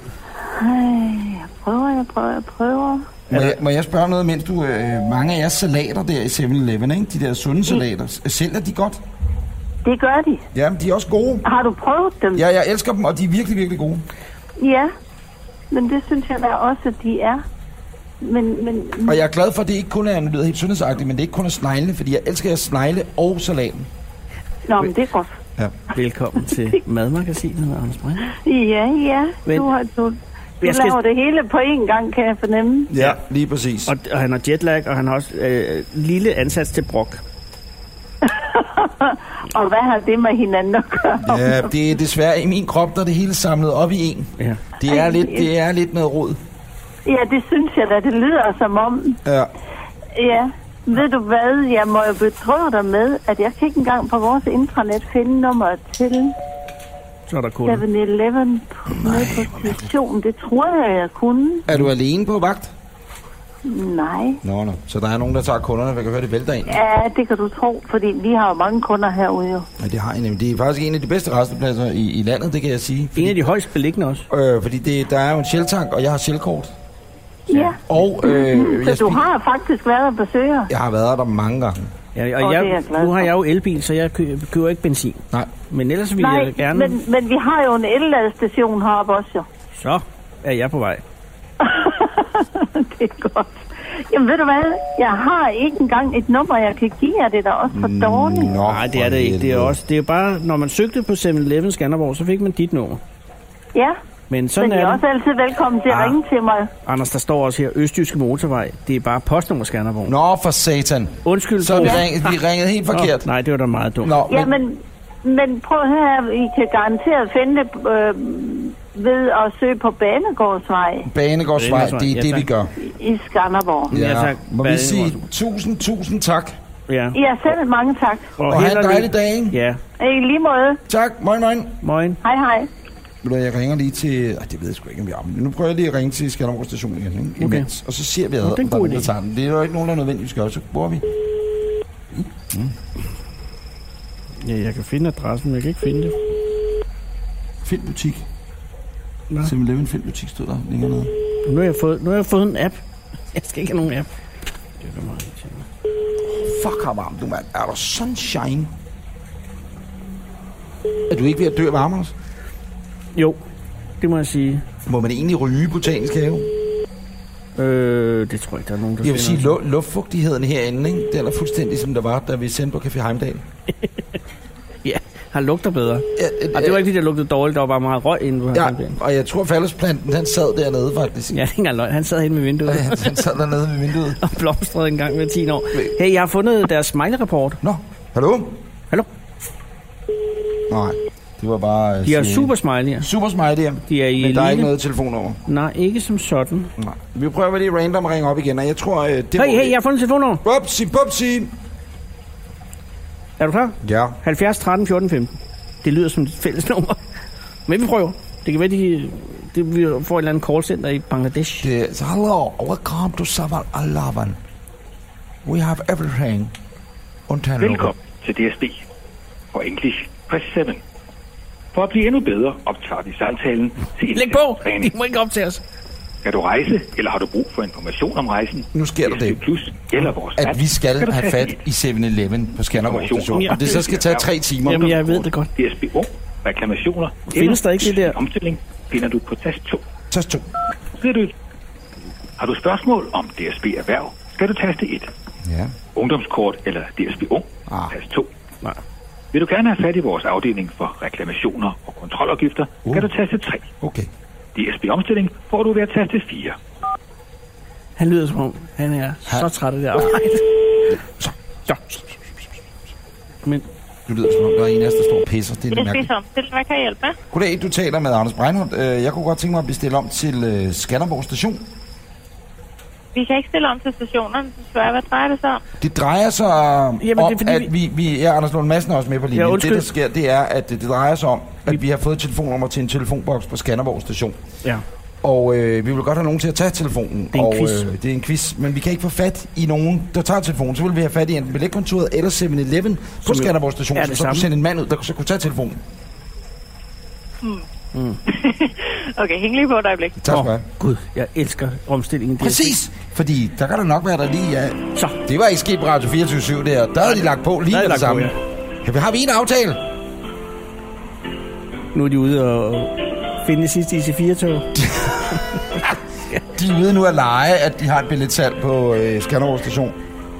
S5: Ej, jeg prøver, jeg prøver, jeg prøver.
S2: Må jeg, må jeg spørge om noget, mens du... Øh, mange af jeres salater der i 7-Eleven, ikke? De der
S3: Mm.
S2: sunde salater. s- Sælger de godt?
S5: Det gør de.
S2: Ja, de er også gode.
S5: Har du prøvet dem?
S2: Ja, jeg elsker dem, og de er virkelig, virkelig gode.
S5: ja. Men det synes jeg da også, at de er. Men, men,
S2: Og jeg er glad for, at det ikke kun er, nu lyder helt sundhedsagtigt, men det ikke kun er sneglene, fordi jeg elsker jeres snegle og salaten.
S5: nå, men det er godt.
S3: Velkommen til Madmagasinet, Anders Brink.
S5: Ja, ja.
S3: Men-
S5: du har, du, du
S3: Jeg skal-
S5: jeg skal... laver det hele på én gang, kan jeg fornemme. *laughs*
S2: Ja, lige præcis.
S3: Og, og han har jetlag, og han har også øh, lille ansats til brok.
S5: Og hvad har det med hinanden at gøre?
S2: Ja, det er desværre i min krop, der er det hele samlet op i en.
S3: Ja.
S2: Det er lidt, det er lidt noget rod.
S5: Ja, det synes jeg da, det lyder som om.
S2: Ja.
S5: Ja. Ved du hvad, jeg må jo betro dig med, at jeg kan ikke engang på vores intranet finde nummeret til
S3: Så er der kunde.
S5: 7-Eleven på- nede på stationen. Det tror jeg, jeg kunne.
S2: Er du alene på vagt?
S5: Nej.
S2: Nå, nå. Så der er nogen, der tager kunderne, hvad kan høre, det vælter ind.
S5: Ja, det kan du tro, fordi vi har jo mange kunder herude jo.
S2: Ja, det har jeg nemlig. Det er faktisk en af de bedste restepladser i, i landet, det kan jeg sige.
S3: En
S2: Fordi,
S3: af de højst beliggende også.
S2: øh, fordi det, der er jo en sjeltank, og jeg har sjelkort.
S5: Ja.
S2: Og øh, jeg,
S5: Mm. Så du
S2: spi-
S5: har faktisk været og besøger.
S2: jeg har været der mange gange.
S3: Ja,
S5: Åh,
S3: og
S5: det er
S3: jeg,
S5: jeg glad
S3: nu har
S5: for.
S3: jeg jo elbil, så jeg kø- køber ikke benzin.
S2: Nej.
S3: Men ellers vil
S5: Nej,
S3: jeg gerne...
S5: men, men vi har jo en elladestation heroppe også jo. *laughs*
S3: Så er jeg på vej.
S5: det er godt. Jamen ved du hvad, jeg har ikke engang et nummer, jeg kan give jer. Det er da også for dårligt.
S2: Nå,
S3: Nej, det er
S2: for
S3: det ikke. Det er
S2: helvede.
S3: også... Det er bare, når man søgte på 7-Eleven Skanderborg, så fik man dit nummer.
S5: Ja,
S3: Men
S5: men
S3: sådan
S5: I er
S3: er
S5: også
S3: det.
S5: altid velkommen til at
S3: Ah.
S5: ringe til mig.
S3: Anders, der står også her, Østjyske Motorvej. Det er bare postnummer Skanderborg.
S2: Nå, for satan.
S3: Undskyld,
S2: Så er vi,
S3: Bo.
S2: ringet, vi er ringet helt
S3: Nå,
S2: forkert.
S3: Nej, det var da meget dumt.
S2: Nå,
S5: Ja,
S2: men,
S5: men, men prøv at høre, I kan garanteret finde det øh, ved at søge på Banegårdsvej
S2: Banegårdsvej,
S3: Banegårdsvej,
S2: det er
S3: ja,
S2: det, vi
S3: tak.
S2: gør.
S5: i Skanderborg.
S3: Ja, tak.
S2: Må vi sige
S3: Banegårdsvej.
S2: tusind, tusind tak.
S3: Ja.
S5: Ja, selv mange tak.
S2: Og have
S3: held
S2: en
S3: og
S2: dejlig
S3: lykke.
S2: dag, ikke?
S3: Ja,
S5: I lige måde.
S2: Tak, moin, moin.
S3: moin.
S5: Hej hej.
S2: Ved du, Jeg ringer lige til... Ej, det ved jeg sgu ikke, om jeg har. men Nu prøver jeg lige at ringe til Skanderborg station igen, ikke?
S3: Okay.
S2: Imens. Og så ser vi, ad,
S3: det er en
S2: om der
S3: god
S2: nogen, der
S3: idé.
S2: tager den. Det er jo ikke nogen, der er nødvendigt, vi skal også. Så bor vi.
S3: Ja, jeg kan finde adressen, men jeg kan ikke finde det.
S2: Filmbutik.
S3: Nå.
S2: Simpelthen filmbutik stod der længere nede.
S3: Nu har jeg fået, nu har jeg fået en app. *laughs* Jeg skal ikke have nogen app. Det er da meget irriterende.
S2: Fuck, har varmt du, mand. Er der sunshine? Er du ikke ved at dø af varme, Anders?
S3: Jo, det må jeg sige.
S2: Må man egentlig ryge i botanisk have?
S3: Øh, det tror jeg ikke, der er nogen, der
S2: Jeg vil sige,
S3: finder.
S2: lu- luftfugtigheden herinde, ikke? den er fuldstændig som der var, da vi sendte på Café Heimdal.
S3: Ja, han lugter bedre.
S2: Ja, øh,
S3: Og det var ikke, fordi der lugtede dårligt. Der var bare meget røg inde på ja.
S2: Ja, og jeg tror, fallosplanten, han sad dernede faktisk.
S3: Ja, det er ikke engang løgn. Han sad henne ved vinduet
S2: Han han sad dernede ved vinduet.
S3: og blomstrede en gang med 10 år. Hey, jeg har fundet deres smiley-rapport.
S2: Nå, hallo?
S3: Hallo?
S2: Nej, det var bare... øh,
S3: De er
S2: Siri.
S3: super smiley'er.
S2: Super smiley,
S3: De er i
S2: men der er
S3: linje.
S2: ikke noget telefonnummer.
S3: Nej, ikke som sådan.
S2: Nej. Vi prøver lige random at ringe op igen, og jeg tror... øh, Det
S3: Hey, hey, jeg har fundet telefonnummer.
S2: Bupsi, bupsi!
S3: Er du klar?
S2: Ja.
S3: 70 13 14 15. Det lyder som et fælles nummer. Men vi prøver. Det kan være, de, de, vi får et eller andet callcenter i Bangladesh.
S2: Det er... Hello, welcome to Saval Alavan. We have everything. Undtagen lukket.
S6: Velkommen til DSB. For English, press 7. For at blive endnu bedre, optager vi samtalen til
S3: Læg på!
S6: indsatstræning.
S3: De må ikke op til os.
S6: Skal du rejse, eller har du brug for information om rejsen?
S2: Nu sker der
S6: SC
S2: det.
S6: Plus eller vores
S2: at
S6: app,
S2: vi skal
S6: du
S2: have
S6: tage
S2: fat
S6: i
S2: i 7-Eleven på Skanderborg
S6: Information.
S2: station.
S3: Ja.
S2: Om det så skal tage tre timer.
S3: Jamen, jeg ved det godt.
S6: DSB Ung, reklamationer.
S3: Findes
S6: eller
S3: der ikke det der?
S6: Omstilling finder du på tast 2.
S2: Tast to.
S6: Ved du, har du spørgsmål om DSB Erhverv, skal du taste 1.
S2: Ja.
S6: Ungdomskort eller DSB Ung,
S2: Ah.
S6: tast 2.
S3: Nej.
S6: Vil du gerne have fat i vores afdeling for reklamationer og kontrolafgifter,
S2: Uh.
S6: skal du taste 3.
S2: Okay.
S6: DSB Omstilling får du ved at taste 4.
S3: Han lyder som om, han er så træt af det arbejde. Så, så. Men
S2: Du lyder som om, der er en af os, der står og pisser. Det er lidt
S7: Det er
S2: mærkeligt.
S7: som til. Hvad kan jeg hjælpe med?
S2: Goddag, du taler med Anders Breinholt. Øh, Jeg kunne godt tænke mig at bestille om til øh, Skanderborg station.
S7: Vi kan ikke stille om til stationerne, desværre. Hvad drejer det sig om?
S2: Det drejer sig
S3: det
S2: Jamen,
S3: er
S2: om,
S3: fordi,
S2: at vi... vi ja, Anders Lund Madsen er også med på linjen. det,
S3: undskyld.
S2: der sker, det er, at det, det drejer sig om, at vi, har fået et telefonnummer til en telefonboks på Skanderborg station.
S3: ja,
S2: Og øh, vi vil godt have nogen til at tage telefonen.
S3: er en
S2: og,
S3: quiz.
S2: Øh, det er en quiz. Men vi kan ikke få fat i nogen, der tager telefonen. Så vil vi have fat i enten billetkontoret eller 7-Eleven på
S3: jo
S2: Skanderborg station,
S3: er
S2: som
S3: det
S2: så kunne
S3: samme.
S2: sende en mand ud, der så kunne tage telefonen.
S7: Hmm. *laughs* Okay, hæng lige på et øjeblik.
S2: Tak skal du
S3: Nå,
S2: have.
S3: gud, jeg elsker omstillingen. Det er-
S2: Præcis! Fordi der kan der nok være, der lige er...
S3: Så,
S2: Det var ikke sket på Radio 24 der. Der havde de lagt på lige
S3: Der
S2: med
S3: havde de
S2: det
S3: lagt på,
S2: samme. Ja, vi har vi en aftale?
S3: nu er de ude og finde det sidste IC4-tog.
S2: De er ude nu at lege, at de har et billetsalg på øh, Skanderborg station.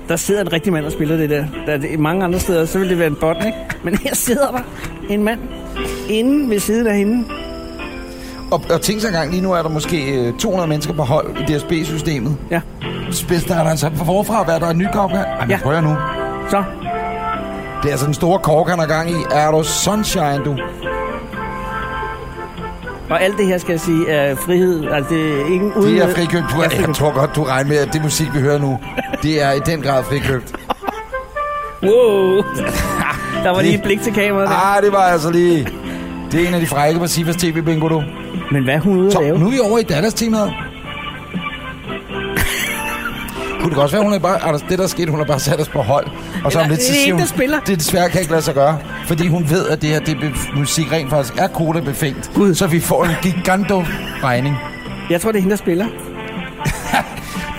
S3: Der sidder en rigtig mand og spiller det der. der er det, mange andre steder, så ville det være en bot, ikke? Men her sidder der en mand inde ved siden af hende.
S2: Og, og tænk sig engang, lige nu er der måske øh, 200 mennesker på hold i DSB-systemet.
S3: Ja,
S2: Spids, der er der altså forfra, hvad der er en ny kok her. Ej, men
S3: Ja.
S2: prøv at høre nu.
S3: så.
S2: Det er altså den store kork, han har gang i. Er du sunshine, du?
S3: Og alt det her, skal jeg sige, er frihed. Altså, det er ingen uden...
S2: Det er frikøbt. Du,
S3: Ja,
S2: er- jeg
S3: frikøbt.
S2: tror godt, du regner med, at det musik, vi hører nu, det er i den grad frikøbt.
S3: *laughs* Wow! Der var lige et blik til kameraet der.
S2: Ah, det var altså lige... Det er en af de frække på Sivas TV, Bingo, du.
S3: Men hvad er hun ude
S2: Så,
S3: at lave?
S2: nu er vi over i Dallas-temaet. Kunne det godt være, hun er bare... Anders, det der er sket, hun har bare sat os på hold. Og så om
S3: Eller,
S2: lidt, så
S3: det er
S2: siger
S3: en,
S2: hun,
S3: der spiller.
S2: Det desværre kan ikke lade sig gøre. Fordi hun ved, at det her det er be- musik rent faktisk er kodebefængt.
S3: Gud.
S2: Så vi får en giganto-regning.
S3: Jeg tror, det er hende, der spiller.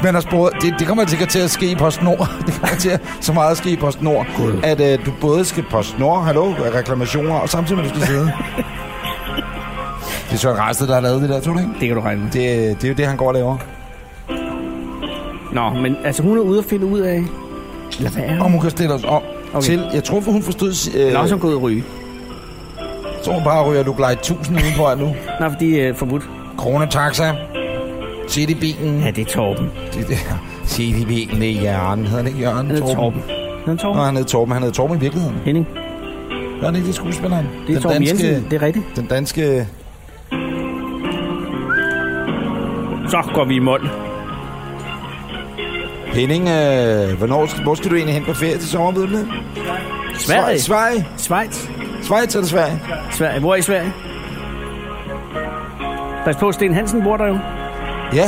S2: Men har sporet, det, det kommer sikkert til at ske i PostNord. *laughs* Det kommer til at, så meget at ske i PostNord, at øh, du både skal PostNord, hallo, reklamationer, og samtidig med, du skal
S3: *laughs*
S2: sidde. det er Søren Rasted, der har lavet det der, tror du ikke?
S3: Det kan du regne med.
S2: Det, det er jo det, han går og laver.
S3: Mm. Nå, men altså, hun er ude at finde ud af... Hvad er
S2: Om
S3: hun?
S2: hun kan stille os om okay.
S3: Okay.
S2: til... Jeg tror, for hun forstod... Øh,
S3: Nå, så er hun gået at ryge.
S2: så hun bare ryger du glide 1000 ude på her nu.
S3: Nå, for de er forbudt.
S2: Krone Taxa. Citybilen.
S3: Ja, det er Torben.
S2: Det der. Citybilen, det er Jørgen. Hedder han ikke Jørgen?
S3: Han hedder Torben.
S2: Torben.
S3: Han er Torben.
S2: Nå, han hedder Torben. Han hedder Torben i virkeligheden.
S3: Henning.
S2: Nå, det er ikke skuespilleren.
S3: Det er
S2: Den
S3: Torben
S2: danske-
S3: Jensen. Det er rigtigt.
S2: Den danske...
S3: Så går vi i mål.
S2: Henning, øh, hvornår, hvor skal du egentlig hen på ferie til sommer, ved du det?
S3: Sverige.
S2: Sverige.
S3: Schweiz.
S2: Schweiz eller Sverige?
S3: Sverige. Hvor er I Sverige? Pas på, Sten Hansen bor der jo.
S2: Ja,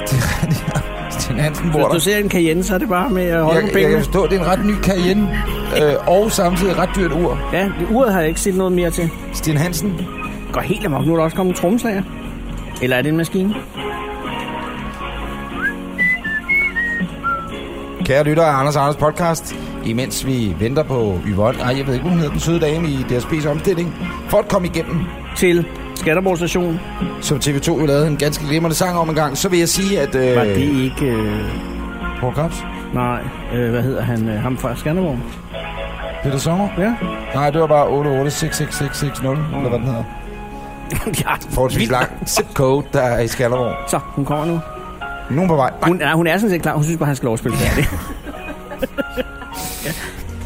S2: det er rigtigt. Sten Hansen bor
S3: Hvis du
S2: der.
S3: ser en Cayenne, så er det bare med at holde på
S2: Jeg, jeg kan
S3: benene.
S2: forstå, det er en ret ny Cayenne, øh, og samtidig et ret dyrt ur.
S3: Ja, det uret har jeg ikke set noget mere til.
S2: Sten Hansen,
S3: Går helt amok. Nu er der også kommet en tromslager. Eller er det en maskine?
S2: kære lytter af Anders og Anders podcast, imens vi venter på Yvonne, ej, jeg ved ikke, hvad hun hedder, den søde dame i DSB's omstilling, for at komme igennem,
S3: Til Skanderborg station.
S2: som TV2 jo lavede en ganske glimrende sang om en gang, så vil jeg sige, at... Øh,
S3: Var det ikke... Øh,
S2: Paul Krebs?
S3: nej, øh, hvad hedder han? Øh, ham fra Skanderborg?
S2: Peter Sommer?
S3: Ja.
S2: Nej, det var bare 8866660, eller hvad den hedder.
S3: *laughs* ja
S2: forholdsvis
S3: vildt.
S2: lang zip code, der er i Skanderborg.
S3: Så, hun kommer nu.
S2: Nogen på vej. Nej.
S3: Hun, er, hun er sådan set klar. Hun synes bare, han skal overspille *laughs* færdig. ja.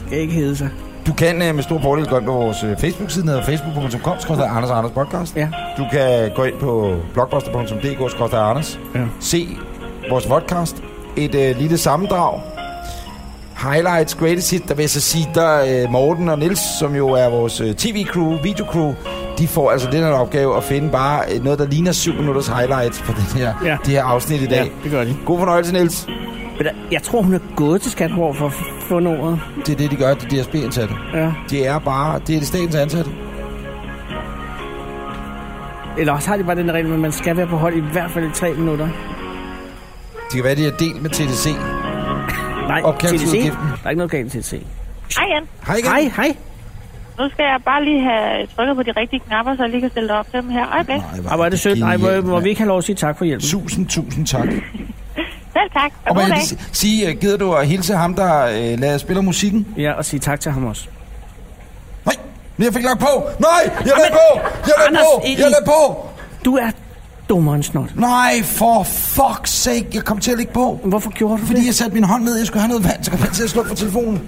S3: Skal ikke hede sig.
S2: Du kan øh, med stor fordel gå ind på vores øh, Facebook-side, der hedder facebook.com, skrøster Anders og Anders podcast.
S3: Ja.
S2: Du kan gå ind på blogbuster.dk, skrøster Anders.
S3: Ja.
S2: Se vores podcast. Et øh, lille sammendrag. Highlights, greatest hit, der vil jeg så sige, der øh, Morten og Nils, som jo er vores øh, tv-crew, videocrew, de får altså den her opgave at finde bare øh, noget, der ligner 7 minutters highlights på den her,
S3: Ja.
S2: det her afsnit i dag.
S3: Ja, det gør de.
S2: God fornøjelse, Nils.
S3: Men der, jeg tror, hun er gået til Skanderborg for at få noget.
S2: Det er det, de gør, de DSB-ansatte.
S3: Ja.
S2: Det er bare, det er det statens ansatte.
S3: Eller også har de bare den regel, at man skal være på hold i hvert fald i tre minutter.
S2: Det kan være, det er delt med TDC.
S3: Nej, TDC.
S2: Opkaldelsesudgiften.
S3: Der er ikke noget galt til TDC.
S7: Hej Jan.
S2: Hej igen.
S3: Hej, hej.
S7: Nu skal jeg bare lige have trykket på de rigtige knapper, så jeg lige kan stille dig op til dem her. Øjeblik.
S3: Ej, hvor er det sødt. Nej, må,
S2: genialt,
S3: må vi
S2: mand.
S3: ikke have lov at sige tak for hjælpen?
S2: Tusind, tusind tak.
S7: Selv tak. Og
S2: Og må
S7: god
S2: jeg
S7: dag.
S2: lige s- sige, øh, gider du at hilse ham, der øh, lader spiller musikken?
S3: Ja, og sige tak til ham også.
S2: Nej, men jeg fik lagt på. Nej, jeg lagde på. Jeg lagde
S3: Anders,
S2: på.
S3: ind
S2: Jeg
S3: i-
S2: lagde på.
S3: Du er dummere end snot.
S2: Nej, for fuck's sake. Jeg kom til at lægge på.
S3: Hvorfor gjorde du
S2: Fordi
S3: det?
S2: jeg satte min hånd ned, jeg skulle have noget vand, så kom jeg til at slukke for telefonen.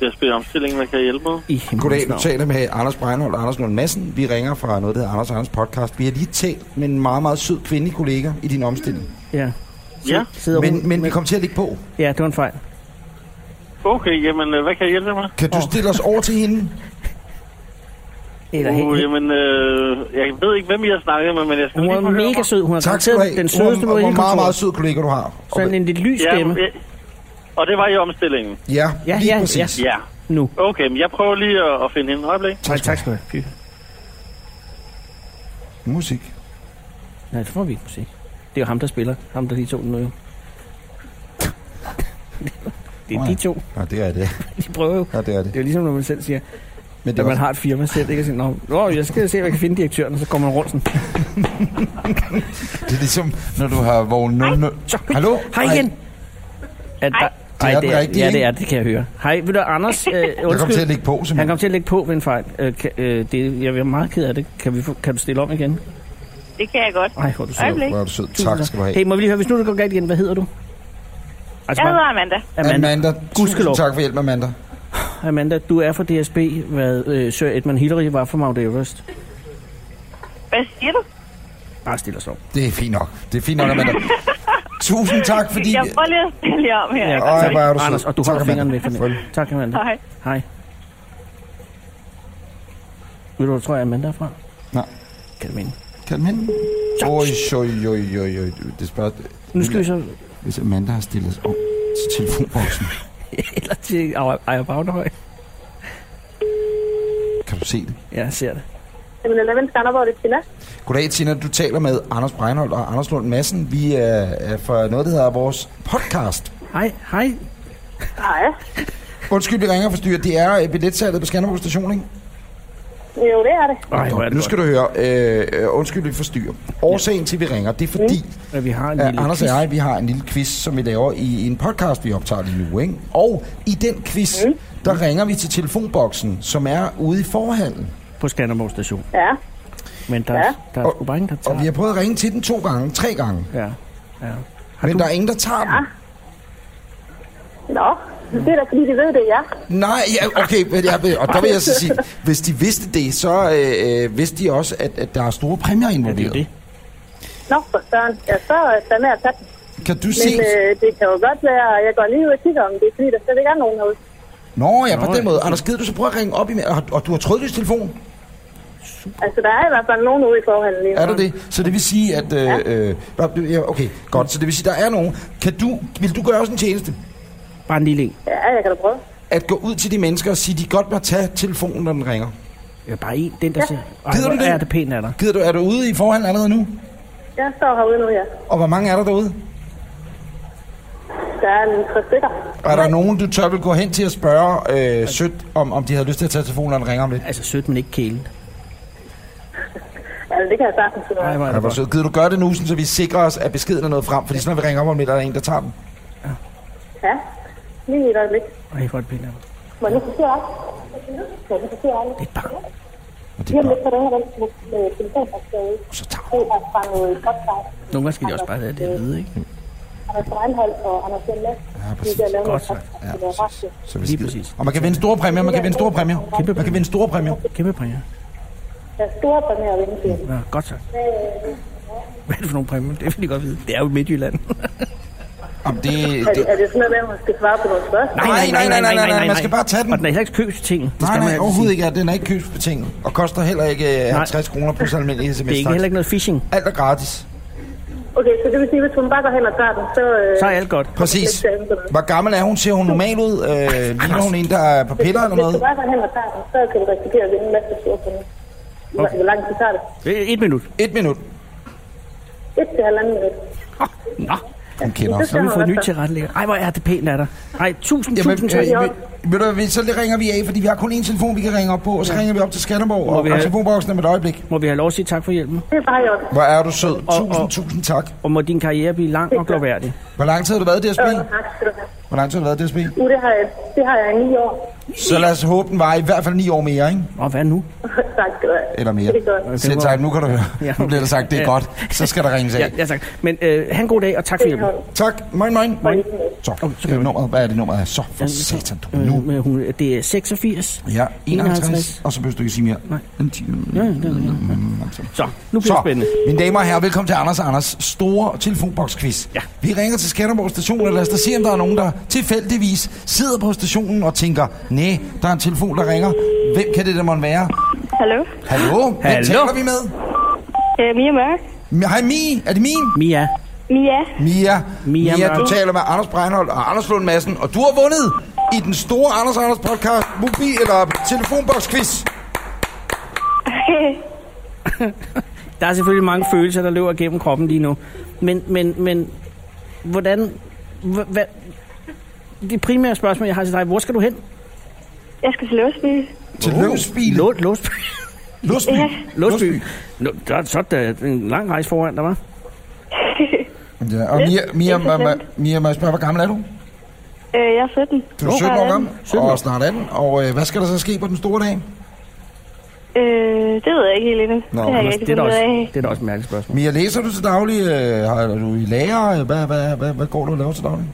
S8: Jeg spørger omstillingen, hvad kan jeg hjælpe med?
S3: I himlens
S2: Goddag, du
S3: navn.
S2: taler med Anders Breinholt og Anders Lund Madsen. Vi ringer fra noget, der hedder Anders og Anders Podcast. Vi har lige talt med en meget, meget sød kvindelig kollega i din omstilling.
S3: Ja.
S8: Ja,
S3: Sidder
S2: Men,
S3: hun-
S2: men vi kom til at ligge på.
S3: Ja, det var en fejl.
S8: okay, jamen øh, hvad kan jeg hjælpe med?
S2: Kan du stille os over til hende?
S3: Eller
S8: Uh,
S3: helt.
S8: jamen, øh, jeg ved ikke, hvem I har snakket med, men jeg skal
S3: Hun
S8: lige
S3: er
S8: få høre
S3: mega
S8: mig.
S3: sød. Altså, Hun er
S2: Tak skal du have.
S3: garanteret den sødeste
S2: Hun er
S3: måde i
S2: en
S3: hele
S2: meget, meget
S3: kontoret.
S2: sød kollega, du har.
S3: Sådan en lidt lys
S8: Ja,
S3: stemme.
S8: øh, og det var i omstillingen.
S2: Ja,
S3: Ja,
S2: lige
S3: ja,
S2: præcis.
S3: ja.
S8: Ja.
S3: Nu.
S8: Okay, men jeg prøver lige at, at finde hende. Øjeblik.
S3: Nej, tak skal du have. Fy.
S2: Musik.
S3: Nej, det får vi ikke musik. Det er jo ham, der spiller. Ham, der lige tog den nu jo. Det
S2: Nå
S3: er
S2: ja.
S3: de to.
S2: Ja, det er det.
S3: De prøver jo.
S2: Ja, det er
S3: Det
S2: det.
S3: er jo ligesom, når man selv siger,
S2: Men det
S3: når
S2: er
S3: man
S2: også-
S3: har et firma selv, ikke? Og siger, "Nå, Nå, jeg skal se, om jeg kan finde direktøren, og så går man rundt sådan.
S2: Det er ligesom, når du har vogn 00... Hallo?
S3: Hej igen! Er der-
S2: Det er
S3: Ej,
S2: den
S3: det er,
S2: rigtige,
S3: ja, det
S2: ikke?
S3: er, det kan jeg høre. Hej, ved du, Anders, øh,
S2: *laughs* Jeg kom til at
S3: undskyld,
S2: lægge på,
S3: han kom
S2: simpelthen.
S3: til at lægge på ved en fejl. Øh, kan, øh, det, jeg er meget ked af det. Kan, vi få, kan du stille om igen?
S7: Det kan jeg godt.
S3: Ej, hvor er du sød.
S7: Øjeblik.
S2: Hvor er du sød. Tak skal du have.
S3: Hey, må vi lige høre, hvis nu det går galt igen, hvad hedder du? Altså,
S7: Jeg
S3: bare-
S7: hedder Amanda.
S3: Amanda.
S2: Amanda, tusind
S3: Gudskelov.
S2: tak for hjælpen, Amanda.
S3: Amanda, du er fra DSB, hvad øh, Sir Edmund Hillary var for Mount Everest.
S7: Hvad siger du?
S3: Bare stille os op.
S2: Det er fint nok. Det er fint nok, Amanda. tusind tak, fordi...
S7: Jeg prøver lige at stille jer om her.
S3: Ja.
S2: Øj, hvor er du sød.
S3: Anders, og du
S2: Tak,
S3: holder
S2: Amanda.
S3: fingeren væk fra den.
S2: Selvfølgelig.
S3: Tak, Amanda.
S7: Hej.
S3: Hej. Ved du, hvor tror jeg, Amanda er fra?
S2: Nej.
S3: Kan du mene?
S2: Kan man? Oj, oj, oj, oj, oj. Det spørger...
S3: Nu skal vi så... *laughs*
S2: Hvis Amanda har stillet os om til telefonboksen,
S3: Eller til Ejer- Ejer Bagnehøj.
S2: kan du se det?
S3: Ja, jeg ser det.
S9: Jamen, eller hvem Skanderborg, det er Tina.
S2: Goddag, Tina. Du taler med Anders Breinholt og Anders Lund Madsen. Vi er, er fra noget, der hedder vores podcast.
S3: Hej, hej.
S9: Nej.
S2: Undskyld, vi ringer og forstyrrer. Det er øh, billetsalget på Skanderborg Station, ikke?
S9: Jo, det er det.
S3: Ej, hvor er
S2: nu
S3: det
S2: skal du høre. Øh, øh, undskyld, vi forstyrrer. Årsagen til, vi ringer, det er fordi,
S3: godt, at vi har en
S2: Ja,
S3: lille
S2: Anders
S3: quiz.
S2: og jeg, vi har en lille quiz, som vi laver i, i en podcast, vi optager lige nu, ikke? Og i den quiz, mm. der ringer vi til telefonboksen, som er ude i forhallen.
S3: på Skanderborg station.
S9: Ja.
S3: Men der, ja.
S9: Ja.
S3: der er sgu bare ingen, der
S2: Og
S3: tager.
S2: vi har prøvet at ringe til den to gange, tre gange,
S3: Ja, ja. Har
S2: men
S3: du...
S2: der er ingen, der tager den.
S9: Nå, det er da fordi, de ved det, ja.
S2: Nej, ja, okay, men jeg, vil- og der vil jeg så sige, hvis de vidste det, så øh, øh, vidste de også, at, at der er store præmier
S3: Ja, det er jo
S2: involveret.
S3: det.
S9: Nå, for søren. Ja, så er jeg med at tage den.
S2: Kan du
S9: Men
S2: se?
S9: øh, det kan jo godt være, at jeg går lige ud og kigger om det, er, fordi der slet ikke er nogen herude.
S2: Nå, ja,
S3: Nå,
S2: på den
S3: ja.
S2: måde. Anders, gider du så prøve at ringe op i og, og du har trådløs telefon?
S9: Altså, der er i hvert fald nogen ude i forhallen lige nu.
S2: Er der det? Så det vil sige, at... Øh, øh, nå, det- ja, okay, godt. Så det vil sige, der er nogen. Kan du, vil du gøre os en tjeneste?
S3: Bare en lille en.
S9: Ja, jeg kan da prøve.
S2: At gå ud til de mennesker og sige, at de godt må tage telefonen, når den ringer.
S3: Ja, bare en. Den, der siger... Ej,
S2: Gider
S3: hvor
S2: du det?
S3: er det pænt af dig.
S2: Gider du, er du ude i forhånd allerede nu?
S9: Jeg står herude nu, ja.
S2: Og hvor mange er der derude?
S9: Der er en tre stykker.
S2: Og er der nogen, du tør vil gå hen til at spørge øh, sødt, om, om de havde lyst til at tage telefonen, når den ringer om lidt?
S3: Altså sødt, men ikke kælen.
S9: Altså, det kan jeg sagtens finde ud
S3: Ej,
S9: af.
S3: hvor er
S2: Ja,
S3: det
S2: hvor
S3: godt.
S2: sødt. Gider du gøre det nu, sådan, så vi sikrer os, at beskeden er nået frem? Fordi så når vi ringer op om lidt, er der en, der tager den.
S9: Ja, lige et øjeblik.
S3: Ej, hvor er det pænt af dig.
S9: Må jeg lige forsøge op? Må jeg lige forsøge op?
S3: Det er bare...
S2: Og det
S9: Lige
S2: er
S9: om lidt,
S2: bare,
S9: så ringer den øh, telefon, der skal ud.
S2: og så tager
S9: Det er fra noget podcast.
S3: Nogle gange skal de også bare have det at vide, ikke?
S9: Anders Breinholt og Anders Lund Madsen.
S2: Ja, præcis.
S9: De kan lave
S3: Godt
S9: noget
S3: sagt.
S9: podcast, det er ret fedt.
S2: så vi
S3: Lige
S2: skider.
S3: præcis.
S2: Og man kan vinde store præmier, man kan vinde store præmier.
S3: Kæmpe
S2: Man kan vinde store præmier.
S3: Mm. Kæmpe præmier.
S9: Der er store præmier at vinde til.
S3: Ja, godt sagt. Hvad er det for nogle præmier? Det vil de godt vide. Det er jo i *laughs* Midtjylland.
S2: Om det,
S9: Er
S2: det,
S9: det, er det sådan noget med, at man skal svare på nogle spørgsmål?
S2: Nej, nej, nej, nej, nej, nej, man skal bare tage den.
S3: Og den er heller ikke købsting. Det skal
S2: Nej,
S3: man
S2: nej,
S3: altid
S2: overhovedet
S3: sige.
S2: ikke. Den er ikke købsbetinget. Og koster heller ikke øh, 50 kroner plus almindelig sms.
S3: Det er ikke heller ikke noget phishing.
S2: Alt er gratis.
S9: Okay, så det vil sige, at hvis hun bare går hen og tager den, så... Øh,
S3: Så er alt godt.
S2: Præcis.
S9: så er den sådan.
S2: Hvor gammel er hun? Ser hun normal ud? Øh, ligner hun en, der er på piller eller
S9: Hvis
S2: noget?
S9: du bare går hen og tager den, så kan du risikere at vinde en masse store penge. Okay. Hvor lang tid tager det?
S3: Øh, Et minut.
S2: Et minut.
S9: Et til halvanden minut.
S3: Nå,
S2: Hun kender os.
S3: så har vi fået en ny til retlægger. Ej, hvor er det pænt af dig. Ej, tusind,
S2: Jamen,
S3: tusind tak.
S2: øh, ved, ved du, hvad, så ringer vi af, fordi vi har kun én telefon, vi kan ringe op på, og så ringer vi op til Skanderborg og,
S3: vi
S2: og
S3: have-
S2: telefonboksen om et øjeblik.
S3: Må vi have lov at sige tak for hjælpen?
S9: Det er bare i orden.
S2: Hvor er du sød. Tusind,
S3: og-
S2: tusind tak.
S3: Og må din karriere blive lang og glorværdig.
S2: Hvor lang tid har du været i DSB?
S9: Øh, tak skal du have.
S2: Hvor lang tid har du været i DSB?
S9: Uh, det har jeg, det har jeg i ni år. *laughs*
S2: Så lad os håbe, den var i hvert fald ni år mere, ikke?
S3: Og hvad nu?
S9: tak skal du have.
S2: Eller mere.
S9: Det er godt.
S2: Selv tak, nu kan du
S3: Ja.
S2: høre. Nu bliver der sagt, det er
S3: Ja.
S2: godt. Så skal der ringes
S3: Ja,
S2: af.
S3: ja tak. Men øh, han god dag, og tak for
S9: Det er i
S3: hjælpen.
S9: orden.
S2: Tak. Moin, moin.
S9: Moin.
S2: Så, det er nummeret. Hvad er det nummeret? Så, for satan, du.
S3: Øh,
S2: Nu.
S3: med hun, det er 86.
S2: Ja, 51.
S3: 51.
S2: Og så behøver du ikke sige mere.
S3: Nej.
S2: Den 10.
S3: Ja, ja, ja, ja.
S2: Mm,
S3: Så, nu bliver det
S2: Så,
S3: spændende.
S2: mine damer og herrer, velkommen til Anders og Anders store telefonboksquiz.
S3: Ja.
S2: Vi ringer til Skanderborg station, og lad os da se, om der er nogen, der tilfældigvis sidder på stationen og tænker, nej, der er en telefon, der ringer. Hvem kan det der måtte være?
S5: Hallo?
S2: Hallo? Hvem
S3: Hallo?
S2: taler vi med?
S5: Øh, Mia Mørk?
S2: Mi- Hej Mi, er det min?
S3: Mia,
S5: Mia?
S2: Mia.
S3: Mia
S2: Mia, du
S3: Mørk.
S2: taler med Anders Breinholt og Anders Lund Madsen, og du har vundet i den store Anders og Anders podcast mobil- eller telefonboksquiz.
S3: der er selvfølgelig mange følelser, der løber gennem kroppen lige nu. Men, men, men hvordan... hva- Hvad, det primære spørgsmål, jeg har til dig, hvor skal du hen?
S5: Jeg skal til Løsby.
S2: Til Løsby.
S3: Lå, Låsby.
S2: Løsby.
S3: Låsby. Nå, der er så der er en lang rejse foran dig, var.
S2: Ja, og Mia, Mia, Mia, Mia, Mia, må jeg spørge, hvor gammel er du?
S5: Øh, jeg er 17.
S2: Du er 17 år gammel,
S3: 17 år.
S2: og snart 18. Og øh, hvad skal der så ske på den store dag?
S5: Øh, det ved jeg ikke helt endnu.
S2: Nå,
S5: det har jeg
S2: Anders,
S5: ikke
S3: Det er da
S5: fundet
S3: også,
S5: ud af.
S3: det er da også et mærkeligt spørgsmål.
S2: Mia, læser du til daglig? Øh, har- er du i lærer? Hvad, hvad, hvad, hvad går du og laver til daglig?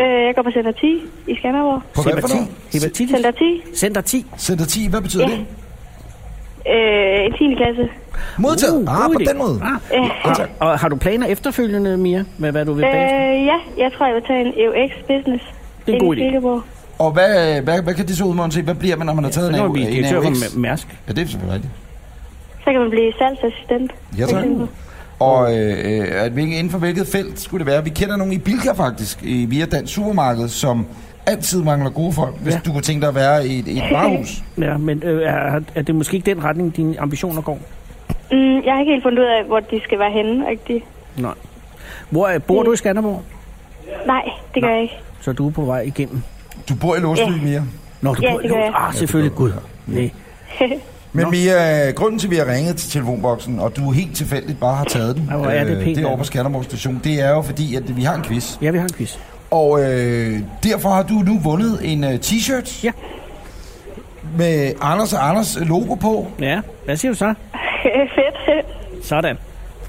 S5: Øh, jeg går på Center 10 i Skanderborg.
S2: På hvad for noget? Ah,
S3: Hepatitis.
S5: Center 10?
S3: Center 10.
S2: Center 10, hvad betyder
S5: Ja.
S2: det?
S5: Øh, i 10. klasse.
S2: Modtaget.
S3: Uh,
S2: ah,
S3: god
S2: på
S3: idé.
S2: den måde.
S3: Ah.
S5: Øh,
S3: Har, og har du planer efterfølgende, Mia, med hvad du vil bage?
S5: øh, ja, jeg tror, jeg vil tage en
S7: E
S5: EUX Business.
S3: Det er en god idé.
S2: Og hvad, hvad, hvad kan det så udmåne til? Hvad bliver man, når man har taget en
S3: Så kan man
S2: AU?
S3: blive
S2: en
S3: direktør for
S2: AUX?
S3: Mæ- Mærsk.
S2: Ja, det er selvfølgelig rigtigt.
S5: Så kan man blive salgsassistent.
S2: Ja,
S5: for
S2: tak.
S5: eksempel.
S2: Og øh, øh, at hvilke, inden for hvilket felt skulle det være? Vi kender nogen i Bilka faktisk, i, via Dansk Supermarked, som altid mangler gode folk, hvis
S3: Ja.
S2: du kunne tænke dig at være i et, i et varehus.
S3: Ja, men øh, er, er det måske ikke den retning, dine ambitioner går?
S5: Mm, jeg har ikke helt fundet ud af, hvor de skal være henne. Rigtig.
S3: Nej. Hvor øh, bor du i Skanderborg?
S5: Nej, det gør jeg ikke. *laughs*
S3: Så du er på vej igennem.
S2: Du bor i Låsby, Mia.
S3: Nå, du
S5: Ja,
S3: bor i
S5: det gør
S3: Lund.
S5: jeg.
S3: Ah, selvfølgelig, gud. Nej.
S2: Men Mia, øh, grunden til, at vi har ringet til telefonboksen, og du helt tilfældigt bare har taget den, øh,
S3: Ej, hvor er det pænt
S2: det er
S3: af
S2: over
S3: dig.
S2: på Skanderborg Station, det er jo fordi, at vi har en quiz.
S3: Ja, vi har en quiz.
S2: Og øh, derfor har du nu vundet en uh, t-shirt.
S3: Ja.
S2: Med Anders og Anders logo på.
S3: Ja, hvad siger du så?
S5: Fedt.
S3: Sådan.